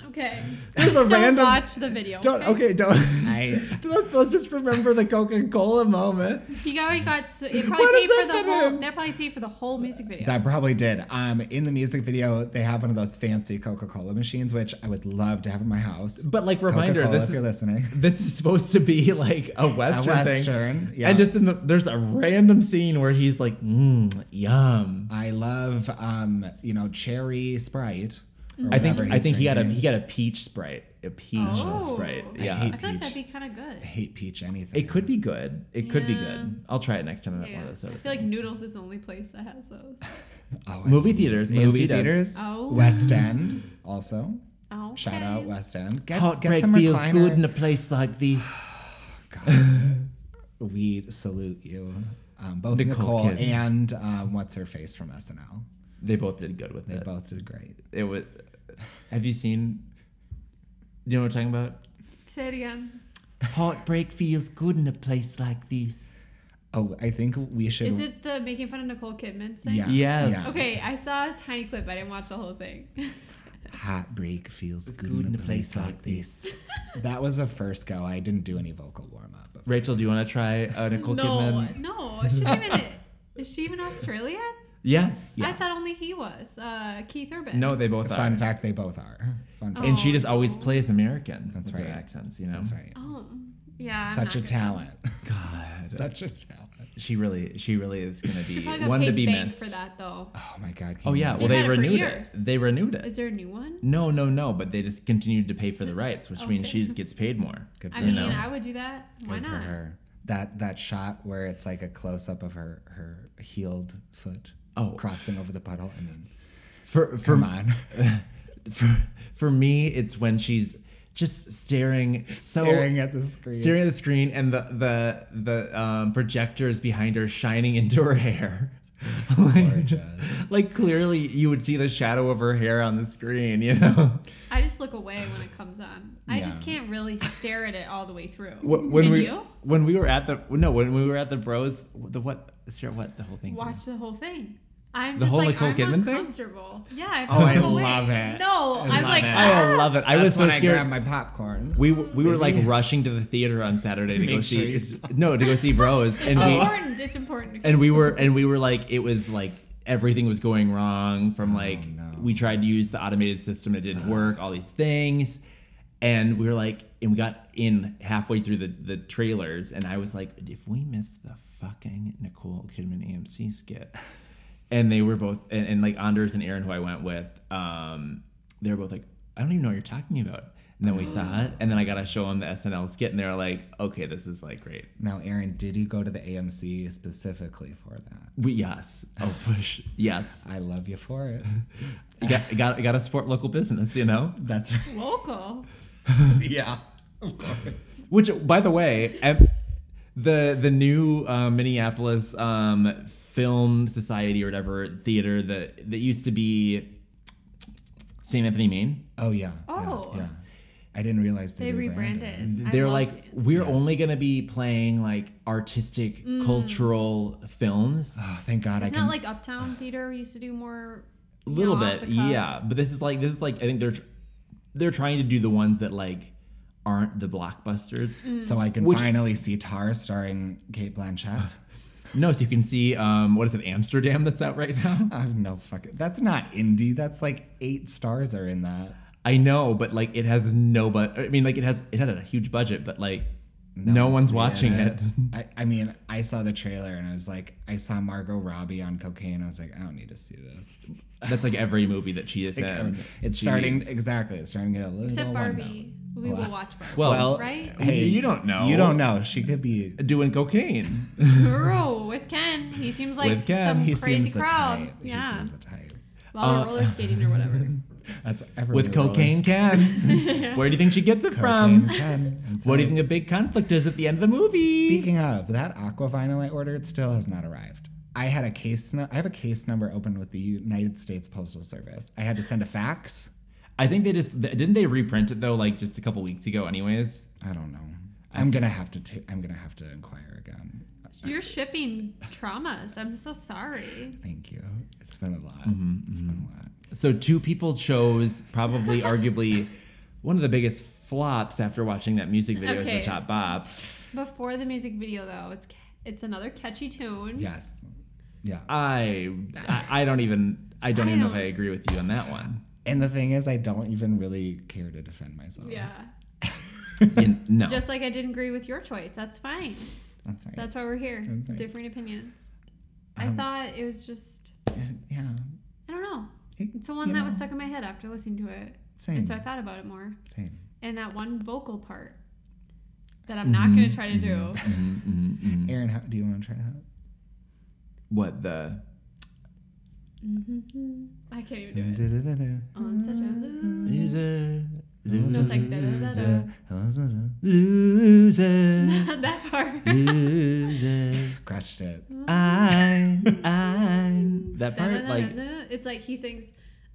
Speaker 3: okay.
Speaker 1: There's a
Speaker 3: Just don't
Speaker 1: random-
Speaker 3: watch the video.
Speaker 1: don't okay, don't.
Speaker 2: I-
Speaker 1: let's, let's just remember the Coca Cola moment.
Speaker 3: He already got. So, it
Speaker 1: What
Speaker 3: probably paid
Speaker 1: does
Speaker 3: for
Speaker 1: that
Speaker 3: the whole.
Speaker 1: mean?
Speaker 3: That probably paid for the whole music video.
Speaker 2: That probably did. Um, in the music video, they have one of those fancy Coca Cola machines, which I would love to have in my house.
Speaker 1: But like reminder,
Speaker 2: Coca-Cola,
Speaker 1: this
Speaker 2: if you're
Speaker 1: is,
Speaker 2: listening,
Speaker 1: this is supposed to be like a
Speaker 2: a
Speaker 1: western, thing.
Speaker 2: western. Yeah.
Speaker 1: And just in the there's a random scene where he's like, mm, yum.
Speaker 2: I love, um, you know, cherry Sprite. or
Speaker 1: I think
Speaker 2: whatever
Speaker 1: I
Speaker 2: he's
Speaker 1: think he got a
Speaker 2: drinking.
Speaker 1: he got a peach sprite, a peach
Speaker 3: Oh.
Speaker 1: sprite.
Speaker 3: I
Speaker 1: Yeah,
Speaker 3: I
Speaker 2: hate-
Speaker 3: feel like that'd be
Speaker 2: Peach.
Speaker 3: kind of good.
Speaker 2: I hate peach anything.
Speaker 1: it could be good. It could be good.
Speaker 3: Yeah.
Speaker 1: I'll try it next time I'm at
Speaker 3: Yeah.
Speaker 1: one of
Speaker 3: I
Speaker 1: those
Speaker 3: feel
Speaker 1: soda
Speaker 3: like
Speaker 1: things.
Speaker 3: Noodles is the only place that has those.
Speaker 2: Oh, I-
Speaker 1: movie theaters,
Speaker 2: movie
Speaker 1: AMC does.
Speaker 2: theaters.
Speaker 3: Oh.
Speaker 2: West End also.
Speaker 3: Oh,
Speaker 2: Shout out West End. Get, get
Speaker 1: Heartbreak
Speaker 2: some
Speaker 1: feels
Speaker 2: recliner.
Speaker 1: good in a place like this.
Speaker 2: God. we salute you, um, both Nicole,
Speaker 1: Nicole Kidman.
Speaker 2: and um, what's her face from SNL.
Speaker 1: They both did good with
Speaker 2: They
Speaker 1: it.
Speaker 2: both did great.
Speaker 1: It was. Have you seen? You know what I'm talking about?
Speaker 3: Say it again.
Speaker 1: Heartbreak feels good in a place like this.
Speaker 2: Oh, I think we should.
Speaker 3: Is it the making fun of Nicole Kidman thing?
Speaker 2: Yeah.
Speaker 1: Yes.
Speaker 2: Yeah.
Speaker 3: Okay, I saw a tiny clip. I didn't watch the whole thing.
Speaker 2: Heartbreak feels good, in a place like this. that was a first go. I didn't do any vocal warm up.
Speaker 1: Rachel, do you want to try uh, Nicole
Speaker 3: no,
Speaker 1: Kidman?
Speaker 3: no, she's even. Is she even Australian?
Speaker 1: Yes.
Speaker 3: I thought only he was. Uh, Keith Urban.
Speaker 1: No, they both
Speaker 2: Fun
Speaker 1: are.
Speaker 2: fact: they both are. Fun fact.
Speaker 1: And she just always plays American.
Speaker 2: That's
Speaker 1: with her
Speaker 2: right.
Speaker 1: accents, you know.
Speaker 2: That's right.
Speaker 3: Oh. Oh, yeah. I'm
Speaker 2: Such
Speaker 3: not
Speaker 2: a
Speaker 3: good.
Speaker 2: talent.
Speaker 1: God,
Speaker 2: Such a talent.
Speaker 1: she really, she really is gonna
Speaker 3: She
Speaker 1: be
Speaker 3: probably got
Speaker 1: one
Speaker 3: paid
Speaker 1: to be
Speaker 3: bank
Speaker 1: missed.
Speaker 3: for that though.
Speaker 2: Oh my God. can
Speaker 1: Oh
Speaker 2: you
Speaker 1: yeah. Well,
Speaker 2: imagine?
Speaker 3: They've
Speaker 1: they
Speaker 3: had it for
Speaker 1: renewed it.
Speaker 3: years.
Speaker 1: They renewed it.
Speaker 3: Is there a new one?
Speaker 1: No, no, no. But they just continued to pay for the rights, which means she
Speaker 3: Oh, Okay.
Speaker 1: just gets paid more.
Speaker 2: Good
Speaker 3: I
Speaker 2: for
Speaker 1: you
Speaker 3: mean,
Speaker 1: know.
Speaker 3: I would do that. Why
Speaker 2: Good for
Speaker 3: not?
Speaker 2: her. That that shot where it's like a close up of her her healed foot
Speaker 1: Oh.
Speaker 2: crossing over the puddle. I mean,
Speaker 1: For for
Speaker 2: come on.
Speaker 1: for, for me, it's when she's just staring so
Speaker 2: Staring at the screen.
Speaker 1: staring at the screen and the the the um, projectors behind her shining into her hair. like,
Speaker 2: Gorgeous.
Speaker 1: like clearly you would see the shadow of her hair on the screen, you know.
Speaker 3: I just look away when it comes on. I just
Speaker 2: Yeah.
Speaker 3: can't really stare at it all the way through.
Speaker 1: Wh- When
Speaker 3: Can
Speaker 1: we
Speaker 3: you
Speaker 1: when we were at the no when we were at the bros the what sure, what the whole thing
Speaker 3: watch the whole thing? I'm
Speaker 1: The
Speaker 3: just
Speaker 1: whole
Speaker 3: like
Speaker 1: Nicole
Speaker 3: I'm
Speaker 1: Kidman thing?
Speaker 3: uncomfortable. Yeah. I have
Speaker 2: Oh,
Speaker 3: to
Speaker 2: I
Speaker 3: look away.
Speaker 2: love it. I
Speaker 3: No, I'm
Speaker 2: love
Speaker 3: like
Speaker 2: it.
Speaker 1: I
Speaker 3: "Ah!"
Speaker 1: love it. I
Speaker 2: That's
Speaker 1: was so
Speaker 2: when I
Speaker 1: scared.
Speaker 2: grabbed my popcorn.
Speaker 1: we we were like
Speaker 2: Maybe.
Speaker 1: rushing to the theater on Saturday to,
Speaker 2: To
Speaker 1: go
Speaker 2: make sure
Speaker 1: see
Speaker 2: you Oh.
Speaker 1: it's- no to go see Bros and
Speaker 3: It's
Speaker 1: we
Speaker 3: important. It's important.
Speaker 1: and we were and we were like it was like everything was going wrong from like
Speaker 2: no.
Speaker 1: we tried to use the automated system it didn't work all these things and we were like and we got in halfway through the the trailers and i was like if we miss the fucking nicole kidman amc skit and they were both and, and like anders and aaron who i went with um they were both like i don't even know what you're talking about and then we saw it and then i gotta show them the snl skit and they're like okay this is like great
Speaker 2: Now, Aaron, did you go to the AMC specifically for that?
Speaker 1: we yes oh push yes
Speaker 2: I love you for it.
Speaker 1: You got, you got, you got to support local business, you know?
Speaker 2: That's right.
Speaker 3: local.
Speaker 2: yeah, of course.
Speaker 1: Which, by the way, ev- the the new uh, Minneapolis um, Film Society or whatever theater that, that used to be St. Anthony, Maine,
Speaker 2: Oh yeah. yeah,
Speaker 3: Oh.
Speaker 2: Yeah, I didn't realize they,
Speaker 3: They
Speaker 2: rebranded.
Speaker 3: rebranded. I
Speaker 1: they're
Speaker 3: love
Speaker 1: like,
Speaker 3: it.
Speaker 1: we're
Speaker 2: Yes.
Speaker 1: only going to be playing like artistic,
Speaker 3: Mm.
Speaker 1: cultural films.
Speaker 2: Oh, thank God! I
Speaker 3: It's
Speaker 2: can.
Speaker 3: not like Uptown Theater. We used to do more.
Speaker 1: A
Speaker 3: you
Speaker 1: little
Speaker 3: know, off
Speaker 1: bit,
Speaker 3: the cuff.
Speaker 1: yeah. But this is like, this is like, I think they're, tr- they're trying to do the ones that like aren't the blockbusters.
Speaker 3: Mm.
Speaker 2: so I can
Speaker 1: Which-
Speaker 2: finally see Tar starring Kate Blanchett.
Speaker 1: No, so you can see, um, what is it, Amsterdam that's out right now?
Speaker 2: I have no fucking. That's not indie. That's like eight stars are in that.
Speaker 1: I know, but like it has no but I mean like it has it had a huge budget, but like No one's
Speaker 2: seeing
Speaker 1: watching it.
Speaker 2: I, I mean, I saw the trailer and I was like, I saw Margot Robbie on cocaine. I was like, I don't need to see this.
Speaker 1: That's like every movie that she is
Speaker 2: Like,
Speaker 1: in.
Speaker 2: it's
Speaker 1: Jeez.
Speaker 2: starting exactly. It's starting to get a little.
Speaker 3: Except
Speaker 2: one-note.
Speaker 3: Barbie. We will watch Barbie.
Speaker 1: Well,
Speaker 2: Well,
Speaker 3: right?
Speaker 2: Hey,
Speaker 1: you don't know.
Speaker 2: You don't know. She could be.
Speaker 1: Doing cocaine.
Speaker 3: Bro, with Ken. He seems like
Speaker 1: With Ken,
Speaker 3: some
Speaker 2: He
Speaker 3: crazy
Speaker 2: seems the
Speaker 3: crowd.
Speaker 2: type. He
Speaker 3: Yeah.
Speaker 2: seems the type.
Speaker 3: While
Speaker 1: Uh,
Speaker 3: they're roller skating or whatever.
Speaker 2: That's every
Speaker 1: With cocaine can. Where do you think she gets it from? What do you think the big conflict is at the end of the movie?
Speaker 2: Speaking of that aqua vinyl I ordered, still has not arrived. I had a case. nu- I have a case number open with the United States Postal Service. I had to send a fax.
Speaker 1: I think they just th- didn't they reprint it though, like just a couple weeks ago. Anyways,
Speaker 2: I don't know. I'm gonna have to. T- I'm gonna have to inquire again.
Speaker 3: You're shipping traumas. I'm so sorry.
Speaker 2: Thank you. It's been a lot.
Speaker 1: Mm-hmm,
Speaker 2: It's been a lot.
Speaker 1: so two people chose probably, arguably, one of the biggest flops after watching that music video as the
Speaker 3: Okay.
Speaker 1: top bop.
Speaker 3: Before the music video, though, it's it's another catchy tune.
Speaker 2: Yes. Yeah.
Speaker 1: I, I I don't even I don't
Speaker 3: I
Speaker 1: even know if
Speaker 3: don't-
Speaker 1: I agree with you on that one.
Speaker 2: And the thing is, I don't even really care to defend myself.
Speaker 3: Yeah.
Speaker 1: You- no,
Speaker 3: Just like I didn't agree with your choice. That's fine.
Speaker 2: That's right.
Speaker 3: That's why we're here.
Speaker 2: That's right.
Speaker 3: Different opinions.
Speaker 2: Um,
Speaker 3: I thought it was just
Speaker 2: yeah.
Speaker 3: I don't know.
Speaker 2: It-
Speaker 3: It's the one
Speaker 2: you
Speaker 3: that
Speaker 2: know,
Speaker 3: was stuck in my head after listening to it.
Speaker 2: Same.
Speaker 3: And so I thought about it more.
Speaker 2: Same.
Speaker 3: And that one vocal part that I'm not
Speaker 2: Mm-hmm.
Speaker 3: gonna try to do.
Speaker 1: Mhm, mhm, mhm.
Speaker 2: Aaron, how, do you want to try that?
Speaker 1: what the
Speaker 2: Mm-hmm.
Speaker 3: Mm-hmm. I can't even do it.
Speaker 2: Du-du-du-du.
Speaker 3: Oh, I'm such a loser.
Speaker 1: loser
Speaker 3: No,
Speaker 1: loser
Speaker 3: it's like da-da-da-da.
Speaker 1: loser
Speaker 3: that part.
Speaker 1: loser.
Speaker 2: Crushed it.
Speaker 1: I I that part like
Speaker 3: Da-da-da-da-da. it's like he sings.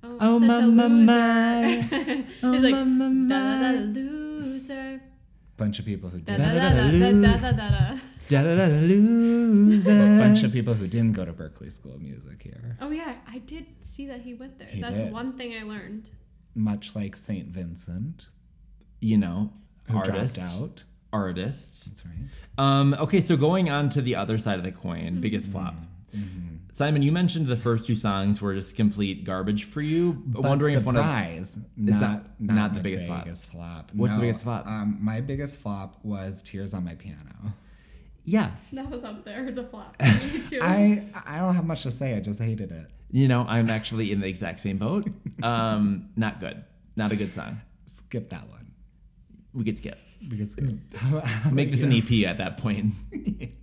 Speaker 3: Oh,
Speaker 1: Oh,
Speaker 3: I'm such a
Speaker 1: my, my,
Speaker 3: loser.
Speaker 1: my. Oh,
Speaker 3: He's like
Speaker 1: my, my, my.
Speaker 3: da da loser.
Speaker 2: Bunch of people who
Speaker 3: Da
Speaker 2: did.
Speaker 3: da da da
Speaker 1: Da-da-da-da-loo.
Speaker 3: da da da da.
Speaker 1: da da da loser.
Speaker 2: Bunch of people who didn't go to Berkeley School of Music here.
Speaker 3: Oh yeah, I did see that he went there.
Speaker 2: He
Speaker 3: That's
Speaker 2: did.
Speaker 3: one thing I learned.
Speaker 2: Much like Saint Vincent,
Speaker 1: you know
Speaker 2: who
Speaker 1: artist
Speaker 2: dropped out.
Speaker 1: artist.
Speaker 2: That's right.
Speaker 1: Um, okay, so going on to the other side of the coin,
Speaker 3: Mm-hmm.
Speaker 1: biggest flop.
Speaker 2: Mm-hmm.
Speaker 1: Simon, you mentioned the first two songs were just complete garbage for you. wondering
Speaker 2: but
Speaker 1: if one of
Speaker 2: surprise, not,
Speaker 1: not-
Speaker 2: not
Speaker 1: not the
Speaker 2: my
Speaker 1: biggest flop.
Speaker 2: flop.
Speaker 1: What's the
Speaker 2: No,
Speaker 1: biggest flop?
Speaker 2: Um, my biggest flop was Tears on My Piano.
Speaker 1: yeah,
Speaker 3: That was up there as a flop. Me too.
Speaker 2: I I don't have much to say. I just hated it.
Speaker 1: you know, I'm actually in the exact same boat. Um, not good, not a good song.
Speaker 2: Skip that one.
Speaker 1: We could skip.
Speaker 2: Because how- how
Speaker 1: Mm. Make this
Speaker 2: about
Speaker 1: an E EP at that point.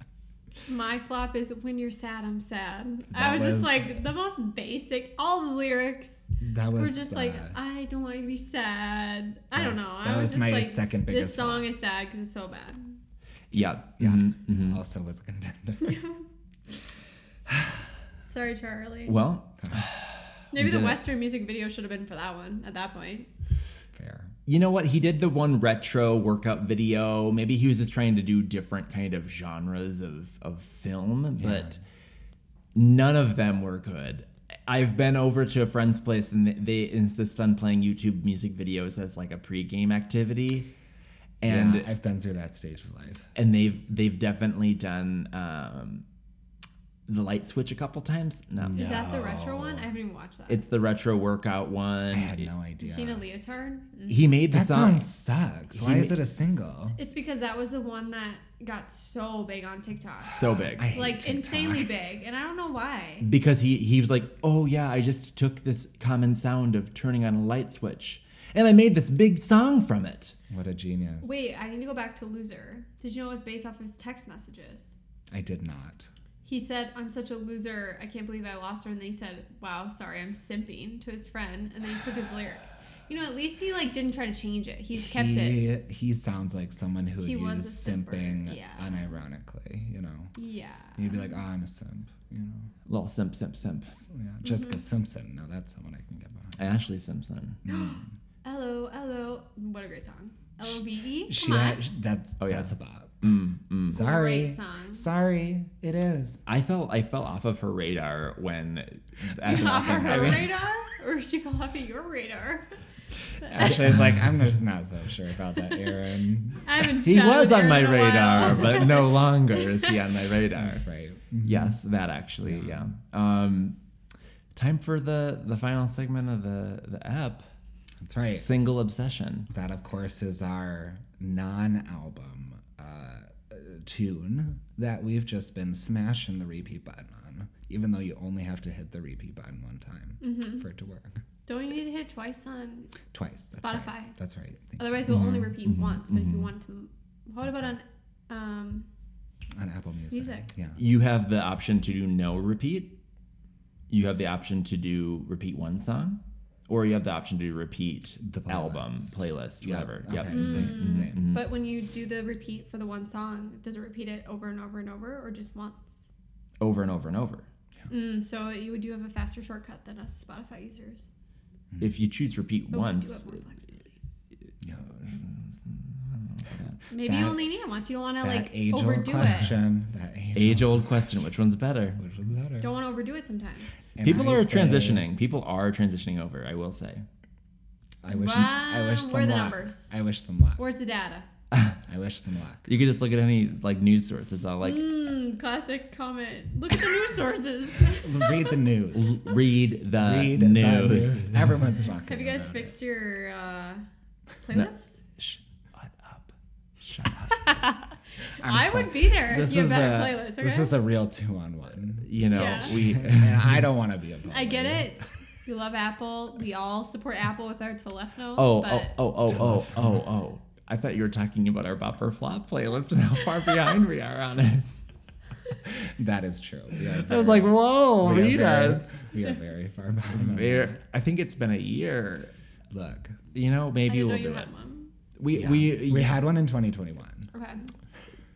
Speaker 3: My flop is when you're sad, I'm sad.
Speaker 2: That
Speaker 3: I was,
Speaker 2: was-
Speaker 3: just like the most basic. All the lyrics
Speaker 2: you? that
Speaker 3: were
Speaker 2: was
Speaker 3: just like,
Speaker 2: uh,
Speaker 3: I don't want you to be sad. I don't
Speaker 2: Yes,
Speaker 3: know.
Speaker 2: that
Speaker 3: I
Speaker 2: was
Speaker 3: was just
Speaker 2: my
Speaker 3: like,
Speaker 2: second biggest
Speaker 3: this song
Speaker 2: flop.
Speaker 3: is sad because it's so bad.
Speaker 1: Yeah,
Speaker 2: yeah.
Speaker 1: Mhm, mhm.
Speaker 2: Also was a contender.
Speaker 3: Sorry, Charlie.
Speaker 1: Well,
Speaker 3: Maybe the
Speaker 1: did it.
Speaker 3: Western music video should have been for that one at that point.
Speaker 2: Fair.
Speaker 1: You know what? He did the one retro workup video. Maybe he was just trying to do different kind of genres of, of film, but none of them were good. I've been over to a friend's place and they- they insist on playing YouTube music videos as like a pregame activity. And
Speaker 2: yeah, I've been through that stage of life.
Speaker 1: and they've they've definitely done um, the light switch a couple times. No.
Speaker 3: Is that the retro one? I haven't even watched that.
Speaker 1: It's the retro workout
Speaker 2: I
Speaker 1: one.
Speaker 2: had no idea.
Speaker 3: Tina Leotard.
Speaker 1: he made the
Speaker 2: That
Speaker 1: song.
Speaker 2: song sucks. Why is it a single?
Speaker 3: It's because that was the one that got so big on TikTok.
Speaker 1: so big.
Speaker 2: I hate
Speaker 3: like
Speaker 2: TikTok.
Speaker 3: insanely big. And I don't know why.
Speaker 1: because he he was like, "Oh yeah, I just took this common sound of turning on a light switch and I made this big song from it."
Speaker 2: What a genius!
Speaker 3: Wait, I need to go back to Loser. Did you know it was based off of his text messages?
Speaker 2: I did not.
Speaker 3: He said, I'm such a loser. I can't believe I lost her. And then he said, Wow, sorry, I'm simping to his friend. And then he took his lyrics. You know, at least he like didn't try to change it. He's kept it.
Speaker 2: he, He sounds like someone who would
Speaker 3: He was
Speaker 2: use
Speaker 3: a simper,
Speaker 2: simping
Speaker 3: yeah.
Speaker 2: unironically. You know,
Speaker 3: Yeah.
Speaker 2: you'd be like, "Oh, I'm a simp." You know,
Speaker 1: Little simp, simp, simp.
Speaker 2: yeah.
Speaker 3: Mm-hmm.
Speaker 2: Jessica Simpson. Now that's someone I can get behind.
Speaker 1: Ashley Simpson.
Speaker 3: Hello, hello. What a great song. L O V E.
Speaker 2: She,
Speaker 3: Come on.
Speaker 2: act- that's
Speaker 1: Oh, yeah.
Speaker 2: that's a bop.
Speaker 1: Mm, mm.
Speaker 2: Sorry,
Speaker 3: Great song.
Speaker 2: sorry, it is.
Speaker 1: I fell I fell off of her radar when as
Speaker 3: You
Speaker 1: an
Speaker 3: off
Speaker 1: often
Speaker 3: her
Speaker 1: happens.
Speaker 3: radar? Or she fell off of your radar?
Speaker 2: Ashley's like, I'm just not so sure about that, Aaron.
Speaker 3: I haven't
Speaker 1: He
Speaker 3: chatted
Speaker 1: was
Speaker 3: with
Speaker 1: on
Speaker 3: her
Speaker 1: my
Speaker 3: in a while.
Speaker 1: radar, but no longer is he on my radar.
Speaker 2: That's right.
Speaker 1: Yes, that actually, yeah. Um, time for the the final segment of the the app.
Speaker 2: That's right.
Speaker 1: Single obsession.
Speaker 2: That, of course, is our non album uh, tune that we've just been smashing the repeat button on, even though you only have to hit the repeat button one time for it to work.
Speaker 3: Mm-hmm. Don't you need to hit it twice on?
Speaker 2: Twice. That's right.
Speaker 3: Spotify.
Speaker 2: That's right. Thank
Speaker 3: Otherwise, we'll
Speaker 1: Mm-hmm.
Speaker 3: only repeat once. But if you want to, what about on? Um,
Speaker 2: you. On Apple Music.
Speaker 3: Music.
Speaker 2: Yeah.
Speaker 1: You have the option to do no repeat. You have the option to do repeat one song, or you have the option to repeat
Speaker 2: The playlist.
Speaker 1: album, playlist, whatever.
Speaker 2: Okay.
Speaker 1: Mm-hmm. Yep.
Speaker 3: Mm.
Speaker 2: Same. Same.
Speaker 3: But when you do the repeat for the one song, does it repeat it over and over and over, or just once?
Speaker 1: Over and over and over.
Speaker 2: Mm-hmm.
Speaker 3: Mm, so you do have a faster shortcut than us Spotify users.
Speaker 1: If you choose repeat
Speaker 3: But we do
Speaker 1: once,
Speaker 3: have more flexibility.
Speaker 2: Yeah.
Speaker 3: Maybe
Speaker 2: That-
Speaker 3: you only need it once. You don't want to
Speaker 2: that
Speaker 3: like
Speaker 2: age-old
Speaker 3: overdo it.
Speaker 2: question. That age-old
Speaker 1: age old question: which one's better?
Speaker 2: Which is better?
Speaker 3: Don't want to overdo it sometimes.
Speaker 2: And
Speaker 1: People
Speaker 2: I
Speaker 1: are
Speaker 2: say-
Speaker 1: transitioning. People are transitioning over. I will say.
Speaker 2: I wish. I wish
Speaker 3: Wow,
Speaker 2: them
Speaker 3: where are the
Speaker 2: luck.
Speaker 3: numbers?
Speaker 2: I wish them luck.
Speaker 3: Where's the data?
Speaker 2: I wish them luck.
Speaker 1: You could just look at any like news source. It's all like
Speaker 3: Mm, classic comment. Look at the news sources.
Speaker 2: Read the news.
Speaker 1: read the
Speaker 2: Read the
Speaker 1: news.
Speaker 2: Uh, news. Everyone's talking.
Speaker 3: Have you guys
Speaker 2: about it.
Speaker 3: fixed your uh, playlist?
Speaker 1: Shh, Shut up.
Speaker 2: Shut up. I'm
Speaker 3: I
Speaker 2: sorry.
Speaker 3: would be there
Speaker 2: This
Speaker 3: if you
Speaker 2: is
Speaker 3: had
Speaker 2: a
Speaker 3: better playlist. Okay?
Speaker 2: this is a real two-on-one.
Speaker 1: You know
Speaker 3: Yeah.
Speaker 1: we.
Speaker 2: and I don't want to be a. Bully.
Speaker 3: I get it. You love Apple. We all support Apple with our telephones.
Speaker 1: Oh,
Speaker 3: but
Speaker 1: oh, oh, oh, oh, oh, oh. I thought you were talking about our bopper flop playlist and how far behind we are on it.
Speaker 2: That is true. We are
Speaker 1: I was
Speaker 2: very-
Speaker 1: like, whoa,
Speaker 2: we are
Speaker 1: read
Speaker 2: very-
Speaker 1: us.
Speaker 2: We are very far behind. on
Speaker 1: There- I think it's been a year.
Speaker 2: that. Look,
Speaker 1: You know,
Speaker 3: I
Speaker 1: maybe
Speaker 3: didn't know
Speaker 1: we'll
Speaker 3: you
Speaker 1: do it.
Speaker 3: had one.
Speaker 1: We
Speaker 2: yeah.
Speaker 1: we
Speaker 2: we had one in 2021.
Speaker 3: Okay.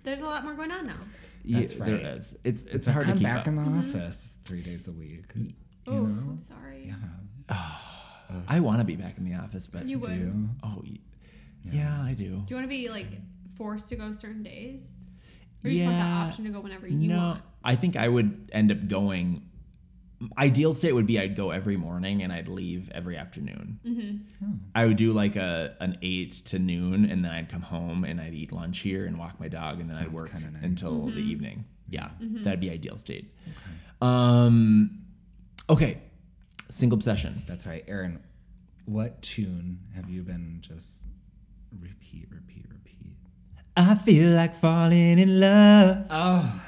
Speaker 3: There's a lot more going on now.
Speaker 1: yeah,
Speaker 2: That's
Speaker 1: there
Speaker 2: right.
Speaker 1: is. It's it's
Speaker 2: So
Speaker 1: hard to
Speaker 2: come
Speaker 1: keep
Speaker 2: back
Speaker 1: up.
Speaker 2: in the
Speaker 3: Mm-hmm.
Speaker 2: office three days a week. You
Speaker 3: Oh,
Speaker 2: know,
Speaker 3: I'm sorry.
Speaker 1: I want to be back in the office, but
Speaker 3: You would.
Speaker 2: do
Speaker 3: Do
Speaker 2: you?
Speaker 1: oh, y- yeah, I do.
Speaker 3: you want to be like forced to go certain days? Or you just want the
Speaker 1: Yeah.
Speaker 3: option to go whenever you
Speaker 1: no,
Speaker 3: want?
Speaker 1: I think I would end up going. Ideal state would be I'd go every morning and I'd leave every afternoon. I would do like a an eight to noon, and then I'd come home and I'd eat lunch here and walk my dog, and then I'd
Speaker 2: Sounds
Speaker 1: work
Speaker 2: kinda nice.
Speaker 1: until the evening. Yeah, that'd be ideal state. Um, okay, single obsession.
Speaker 2: That's right, Aaron. What tune have you been just repeat, repeat, repeat?
Speaker 1: I feel like falling in love.
Speaker 2: Oh,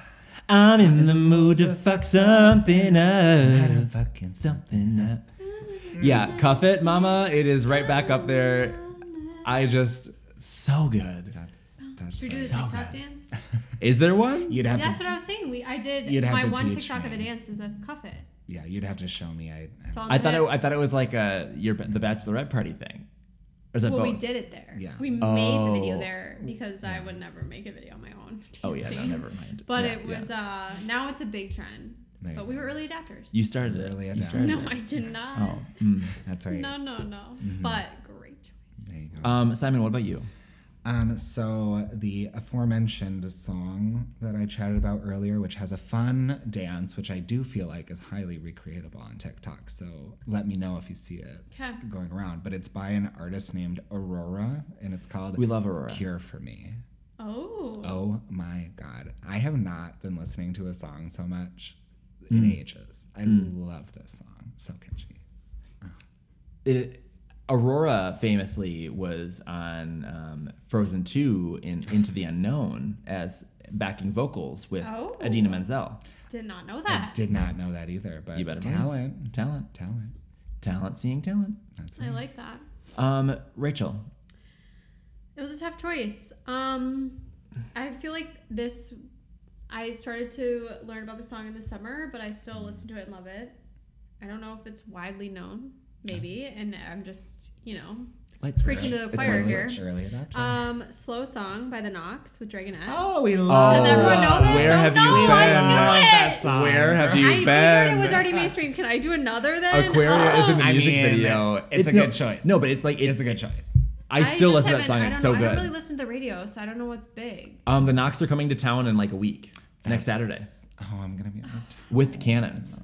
Speaker 1: I'm in the mood to fuck something up.
Speaker 2: I'm fucking something.
Speaker 1: something up.
Speaker 3: Mm.
Speaker 1: Yeah, cuff it, mama. It is right back up there. I just so good.
Speaker 2: That's that's.
Speaker 3: Should we do the
Speaker 2: right.
Speaker 3: TikTok
Speaker 1: good.
Speaker 3: dance?
Speaker 1: Is there one?
Speaker 2: You'd have
Speaker 3: That's
Speaker 2: to,
Speaker 3: what I was saying. We I did
Speaker 2: You'd have
Speaker 3: my
Speaker 2: to
Speaker 3: one
Speaker 2: teach
Speaker 3: TikTok of a
Speaker 2: me.
Speaker 3: dance is a cuff it.
Speaker 2: yeah, you'd have to show me. I,
Speaker 3: It's all
Speaker 1: I thought it, I
Speaker 3: hips.
Speaker 1: thought it was like a your the bachelorette party thing. Or is that
Speaker 3: Well,
Speaker 1: both?
Speaker 3: we did it there.
Speaker 2: Yeah.
Speaker 3: We made the
Speaker 1: Oh.
Speaker 3: video there because I would never make a video on my own.
Speaker 1: Oh yeah, no,
Speaker 3: dancing.
Speaker 1: never mind.
Speaker 3: But
Speaker 1: Yeah,
Speaker 3: it was
Speaker 1: yeah.
Speaker 3: uh now it's a big trend.
Speaker 2: There you
Speaker 3: But we were early adapters.
Speaker 1: you started it.
Speaker 2: Really
Speaker 1: you
Speaker 2: adopt.
Speaker 1: started
Speaker 3: no,
Speaker 1: it.
Speaker 3: I did not.
Speaker 1: Oh. Mm-hmm. mm.
Speaker 2: that's right.
Speaker 3: No, no, no. But great choice.
Speaker 2: There you go.
Speaker 1: Um, Simon, what about you?
Speaker 2: Um, so the aforementioned song that I chatted about earlier, which has a fun dance, which I do feel like is highly recreatable on TikTok. So let me know if you see it
Speaker 3: Okay.
Speaker 2: going around. But it's by an artist named Aurora, and it's called
Speaker 1: We love Aurora.
Speaker 2: "Cure for Me."
Speaker 3: Oh.
Speaker 2: Oh my god, I have not been listening to a song so much in
Speaker 1: Mm.
Speaker 2: ages. I love this song. So catchy.
Speaker 1: It, Aurora famously was on um, Frozen Two in Into the Unknown as backing vocals with
Speaker 3: Oh.
Speaker 1: Adina Menzel.
Speaker 3: Did not know
Speaker 2: I
Speaker 3: that.
Speaker 2: did not know that either, but
Speaker 1: You better believe.
Speaker 2: talent,
Speaker 1: Talent,
Speaker 2: talent.
Speaker 1: talent, seeing talent.
Speaker 2: That's
Speaker 3: I
Speaker 2: right.
Speaker 3: like that.
Speaker 1: Um, Rachel,
Speaker 3: It was a tough choice. Um I feel like this I started to learn about the song in the summer, but I still listen to it and love it. I don't know if it's widely known, maybe, and I'm just, you know.
Speaker 1: let's
Speaker 3: Preaching to the choir
Speaker 2: Early-
Speaker 3: here.
Speaker 2: Early adopter.
Speaker 3: Um Slow Song by the Knox with Dragonette.
Speaker 2: Oh, we love.
Speaker 3: Does everyone know this?
Speaker 1: Where
Speaker 3: Oh,
Speaker 1: have
Speaker 3: no,
Speaker 1: you
Speaker 3: I
Speaker 1: been?
Speaker 3: know it.
Speaker 2: That song.
Speaker 1: Where have
Speaker 3: I
Speaker 1: you
Speaker 3: figured
Speaker 1: been?
Speaker 3: it was already mainstream. Can I do another then? Oh.
Speaker 1: Aquaria is in the
Speaker 2: I
Speaker 1: music
Speaker 2: mean,
Speaker 1: video.
Speaker 2: it's a
Speaker 1: no-
Speaker 2: good choice.
Speaker 1: No, but it's like it's,
Speaker 2: It's a good choice.
Speaker 1: I still
Speaker 3: just
Speaker 1: listen to that
Speaker 3: haven't-
Speaker 1: song.
Speaker 3: I
Speaker 1: It's
Speaker 3: don't
Speaker 1: so
Speaker 3: know. I
Speaker 1: good.
Speaker 3: don't really listen to the radio, so I don't know what's big.
Speaker 1: um, the Knox are coming to town in like a week
Speaker 2: That's-
Speaker 1: next Saturday
Speaker 2: Oh, I'm gonna be out of town.
Speaker 1: with cannons.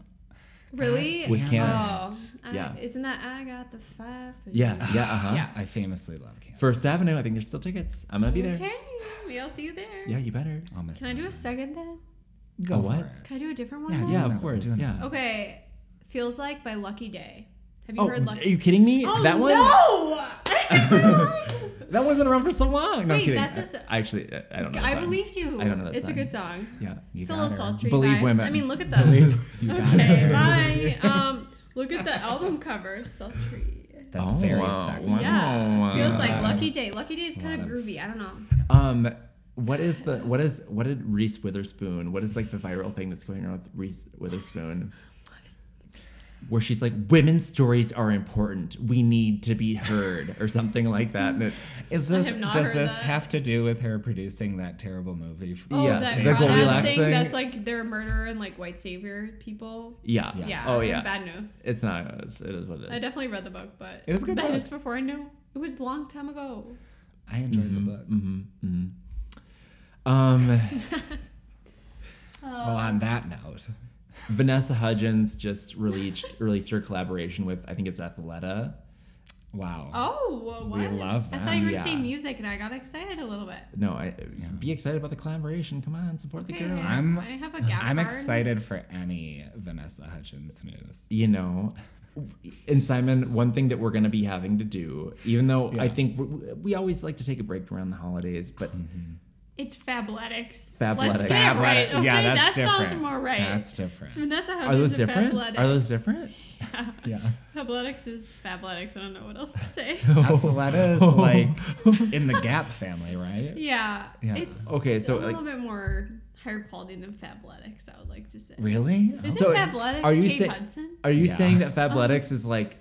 Speaker 3: Really?
Speaker 1: With
Speaker 2: Damn
Speaker 1: cannons.
Speaker 3: Oh, I-
Speaker 1: Yeah.
Speaker 3: Isn't that I got the five for
Speaker 1: Yeah,
Speaker 3: you?
Speaker 1: yeah, uh huh.
Speaker 3: Yeah.
Speaker 2: I famously love camp.
Speaker 1: First Avenue. I think there's still tickets. I'm gonna be there.
Speaker 3: Okay, maybe I'll see you there.
Speaker 1: Yeah, you better.
Speaker 2: I'll miss
Speaker 3: Can I
Speaker 2: that.
Speaker 3: do a second then?
Speaker 2: Go
Speaker 1: A
Speaker 2: for
Speaker 1: what?
Speaker 2: it.
Speaker 3: Can I do a different one?
Speaker 2: Yeah,
Speaker 3: then?
Speaker 1: Yeah,
Speaker 2: another
Speaker 1: of
Speaker 2: one,
Speaker 1: course.
Speaker 2: do another
Speaker 1: Yeah.
Speaker 3: Okay. Feels like by Lucky Day. Have you
Speaker 1: Oh,
Speaker 3: heard
Speaker 1: are
Speaker 3: Lucky?
Speaker 1: you kidding me?
Speaker 3: Oh,
Speaker 1: that one.
Speaker 3: No.
Speaker 1: that one's been around for so long. No, I'm
Speaker 3: Wait,
Speaker 1: kidding.
Speaker 3: that's just-
Speaker 1: I, actually, I- I don't know. the
Speaker 3: I
Speaker 1: song.
Speaker 3: believed you.
Speaker 1: I don't know that
Speaker 3: It's
Speaker 1: song.
Speaker 3: a good song.
Speaker 1: Yeah.
Speaker 2: You
Speaker 3: It's a little
Speaker 2: got her.
Speaker 3: sultry
Speaker 1: Believe
Speaker 3: vibes.
Speaker 1: women.
Speaker 3: I mean, look at the.
Speaker 2: Believe- you got
Speaker 3: okay,
Speaker 2: her.
Speaker 3: bye. Um, look at the album cover, sultry.
Speaker 2: That's
Speaker 1: Oh,
Speaker 2: very
Speaker 1: wow.
Speaker 2: sexy.
Speaker 1: Wow.
Speaker 3: Yeah,
Speaker 1: Wow.
Speaker 3: feels like
Speaker 2: Wow.
Speaker 3: Lucky Day. Lucky Day is kind
Speaker 2: Lot
Speaker 3: of
Speaker 2: of-
Speaker 3: groovy. I don't know.
Speaker 1: Um, what is the what is what did Reese Witherspoon? What is like the viral thing that's going around with Reese Witherspoon? Where she's like, women's stories are important. We need to be heard, or something like that. And it,
Speaker 2: Is this
Speaker 3: have not
Speaker 2: does
Speaker 3: heard
Speaker 2: this
Speaker 3: that.
Speaker 2: have to do with her producing that terrible movie?
Speaker 1: Oh,
Speaker 3: Oh,
Speaker 1: Yeah,
Speaker 3: that
Speaker 1: the
Speaker 3: Groton
Speaker 1: Goldilocks
Speaker 3: thing,
Speaker 1: thing.
Speaker 3: That's like they're murderer and like white savior people.
Speaker 1: yeah.
Speaker 2: Yeah.
Speaker 3: Yeah.
Speaker 1: Oh yeah.
Speaker 3: Bad news.
Speaker 1: It's not. It's, it is what it is.
Speaker 3: I definitely read the book, but
Speaker 2: It was a good
Speaker 3: but
Speaker 2: book.
Speaker 3: Just before I knew, it was a long time ago.
Speaker 2: I enjoyed the book.
Speaker 1: hmm hmm Um,
Speaker 2: Well, on that note,
Speaker 1: Vanessa Hudgens just released released her collaboration with I think it's Athleta.
Speaker 2: wow.
Speaker 3: Oh, wha- what?
Speaker 2: We love
Speaker 3: I thought you were
Speaker 1: them,
Speaker 3: saying
Speaker 1: yeah.
Speaker 3: music, and I got excited a little bit.
Speaker 1: No, I
Speaker 2: Yeah.
Speaker 1: be excited about the collaboration. Come on, support the
Speaker 3: Okay,
Speaker 1: girl.
Speaker 2: I'm-
Speaker 3: I have a gap.
Speaker 2: I'm
Speaker 3: card.
Speaker 2: excited for any Vanessa Hutchins news.
Speaker 1: you know and simon one thing that we're going to be having to do even though i
Speaker 2: Yeah. Mm-hmm.
Speaker 1: think we, we always like to take a break around the holidays but
Speaker 3: It's Fabletics.
Speaker 1: Fabletics.
Speaker 3: Let's say it right.
Speaker 2: Fablet-
Speaker 3: Okay,
Speaker 2: yeah, that's
Speaker 3: that sounds
Speaker 2: different.
Speaker 3: more right.
Speaker 2: That's
Speaker 3: it's
Speaker 2: different.
Speaker 3: Vanessa Hudgens
Speaker 1: are those
Speaker 3: and
Speaker 1: different
Speaker 3: Fabletics.
Speaker 1: are those different
Speaker 3: Yeah.
Speaker 2: Yeah.
Speaker 3: Fabletics is Fabletics. I don't know what else to say.
Speaker 2: Athleta is
Speaker 1: Oh.
Speaker 2: like in the Gap family, right?
Speaker 3: yeah,
Speaker 2: Yeah.
Speaker 3: It's
Speaker 1: Okay, so,
Speaker 3: a
Speaker 1: like-
Speaker 3: little bit more higher quality than Fabletics. I would like to say.
Speaker 2: Really? Oh,
Speaker 3: Isn't
Speaker 1: So,
Speaker 3: Fabletics
Speaker 1: are you
Speaker 3: Kate
Speaker 1: say-
Speaker 3: Hudson?
Speaker 1: are you
Speaker 2: Yeah.
Speaker 1: saying that
Speaker 3: Oh.
Speaker 1: fabletics is like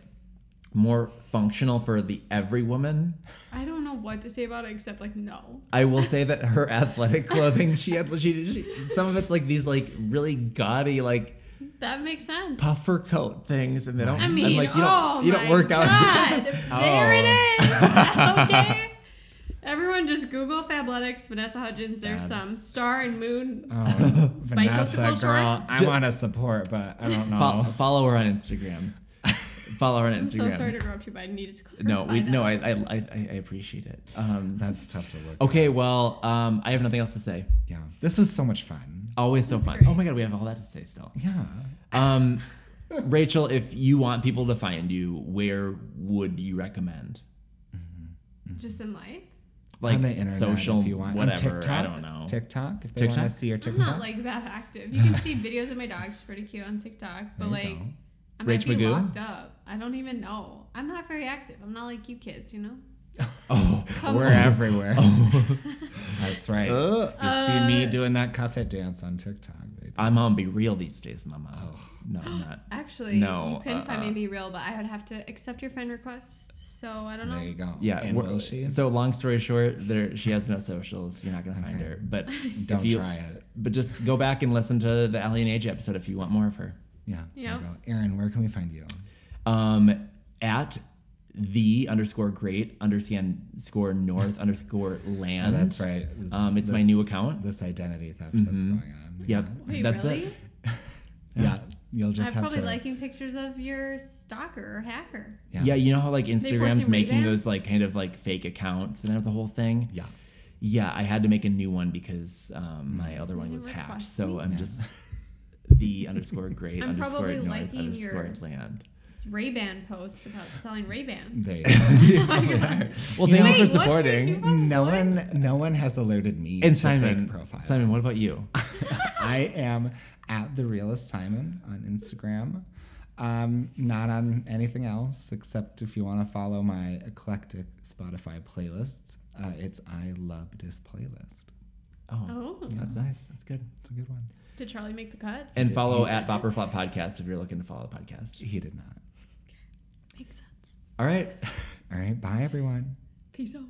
Speaker 1: more functional for the every woman
Speaker 3: I don't know what to say about it except like no.
Speaker 1: i will say that her athletic clothing she had she, she some of it's like these like really gaudy like
Speaker 3: That makes sense.
Speaker 1: puffer coat things and they don't
Speaker 3: I
Speaker 1: I'm
Speaker 3: mean,
Speaker 1: like you
Speaker 3: oh
Speaker 1: don't you don't
Speaker 3: my
Speaker 1: work
Speaker 3: God.
Speaker 1: out
Speaker 3: There
Speaker 1: Oh.
Speaker 3: it is. okay. Everyone just Google Fabletics, Vanessa Hudgens.
Speaker 2: That's-
Speaker 3: There's some star and moon.
Speaker 2: Oh,
Speaker 3: Bicycle
Speaker 2: Vanessa, girl,
Speaker 3: shorts?
Speaker 2: I
Speaker 1: Ju-
Speaker 2: want to support, but I don't
Speaker 1: Fol-
Speaker 2: know.
Speaker 1: follow her on Instagram. follow her on
Speaker 3: I'm
Speaker 1: Instagram.
Speaker 3: so sorry to interrupt you, but I needed to clarify
Speaker 1: no, we
Speaker 3: that.
Speaker 1: no, I I, I I appreciate it. Um,
Speaker 2: That's tough to look.
Speaker 1: okay, well, um, I have nothing else to say.
Speaker 2: At. Yeah. This was so much fun.
Speaker 1: Always so
Speaker 3: That's
Speaker 1: fun.
Speaker 3: great.
Speaker 1: Oh my god, we have all that to say still.
Speaker 2: Yeah.
Speaker 1: Um, Rachel, if you want people to find you, where would you recommend?
Speaker 3: Just in life.
Speaker 1: Like
Speaker 2: on the internet,
Speaker 1: social,
Speaker 2: if you want. On
Speaker 1: whatever.
Speaker 2: TikTok,
Speaker 1: I don't know.
Speaker 2: TikTok. If they want
Speaker 1: TikTok?
Speaker 2: to see your
Speaker 3: I'm
Speaker 2: TikTok.
Speaker 3: not like that active. You can see videos of my dog. She's pretty cute on TikTok, but
Speaker 2: There you
Speaker 3: like
Speaker 2: go.
Speaker 3: I
Speaker 1: Rach
Speaker 3: might be
Speaker 1: Magoo?
Speaker 3: locked up. I don't even know. I'm not very active. I'm not like you kids, you know.
Speaker 1: oh,
Speaker 3: Come
Speaker 2: We're
Speaker 3: on.
Speaker 2: everywhere.
Speaker 1: oh.
Speaker 2: That's right.
Speaker 1: Uh,
Speaker 2: you see me
Speaker 3: Uh,
Speaker 2: doing that cuff it dance on TikTok, baby.
Speaker 1: I'm on be real these days, Mama.
Speaker 2: Oh.
Speaker 1: No, I'm not.
Speaker 3: Actually,
Speaker 1: No,
Speaker 3: you couldn't find
Speaker 1: uh-uh.
Speaker 3: me be real, but I would have to accept your friend request. So I don't know.
Speaker 2: There you go.
Speaker 1: Yeah.
Speaker 2: And
Speaker 1: we're-
Speaker 2: will she?
Speaker 1: So long story short, there she has no socials. You're not gonna find
Speaker 2: Okay.
Speaker 1: her. But
Speaker 2: don't
Speaker 1: if you,
Speaker 2: try it.
Speaker 1: But just go back and listen to the Allie and Age episode if you want more of her.
Speaker 2: Yeah. there you
Speaker 3: Yeah.
Speaker 2: go. Aaron, where can we find you?
Speaker 1: Um, at the underscore great underscore north underscore
Speaker 2: Oh,
Speaker 1: land.
Speaker 2: that's right.
Speaker 1: Um, it's my new account.
Speaker 2: This identity theft that's
Speaker 1: Mhm.
Speaker 2: going on.
Speaker 1: Yep.
Speaker 3: Wait,
Speaker 1: that's
Speaker 3: really?
Speaker 1: it.
Speaker 2: Yeah. You'll just
Speaker 3: I'm
Speaker 2: have
Speaker 3: probably
Speaker 2: to.
Speaker 3: liking pictures of your stalker or hacker.
Speaker 1: Yeah.
Speaker 2: Yeah.
Speaker 1: you know how like Instagram's
Speaker 3: posting
Speaker 1: making
Speaker 3: revamps?
Speaker 1: those like kind of like fake accounts and the whole thing.
Speaker 2: yeah.
Speaker 1: Yeah, I had to make a new one because um, my other one
Speaker 3: You
Speaker 1: was hacked.
Speaker 3: request
Speaker 1: So
Speaker 3: me?
Speaker 1: I'm
Speaker 2: Mm. Yeah.
Speaker 1: just the underscore great
Speaker 3: I'm
Speaker 1: underscore
Speaker 3: probably
Speaker 1: north
Speaker 3: liking your-
Speaker 1: underscore land.
Speaker 3: Ray Ban posts about selling Ray Bans.
Speaker 2: There you go.
Speaker 1: You
Speaker 3: my
Speaker 1: are. well,
Speaker 2: You know- Wait,
Speaker 1: thank you for
Speaker 3: what's your
Speaker 1: supporting.
Speaker 3: new one?
Speaker 2: No one, no one has alerted me.
Speaker 1: And
Speaker 2: to fake
Speaker 1: Simon,
Speaker 2: profiles.
Speaker 1: Simon, what about you?
Speaker 2: I am at the realist Simon on Instagram. Um, not on anything else except if you want to follow my eclectic Spotify playlists. Uh, it's I love this playlist.
Speaker 1: Oh,
Speaker 3: Oh,
Speaker 1: that's nice. That's good.
Speaker 2: It's a good one.
Speaker 3: did Charlie make the cut?
Speaker 1: And follow at Bopperflop Podcast if you're looking to follow the podcast.
Speaker 2: He did not.
Speaker 3: Makes sense.
Speaker 1: All right.
Speaker 2: All right, bye everyone.
Speaker 3: Peace out.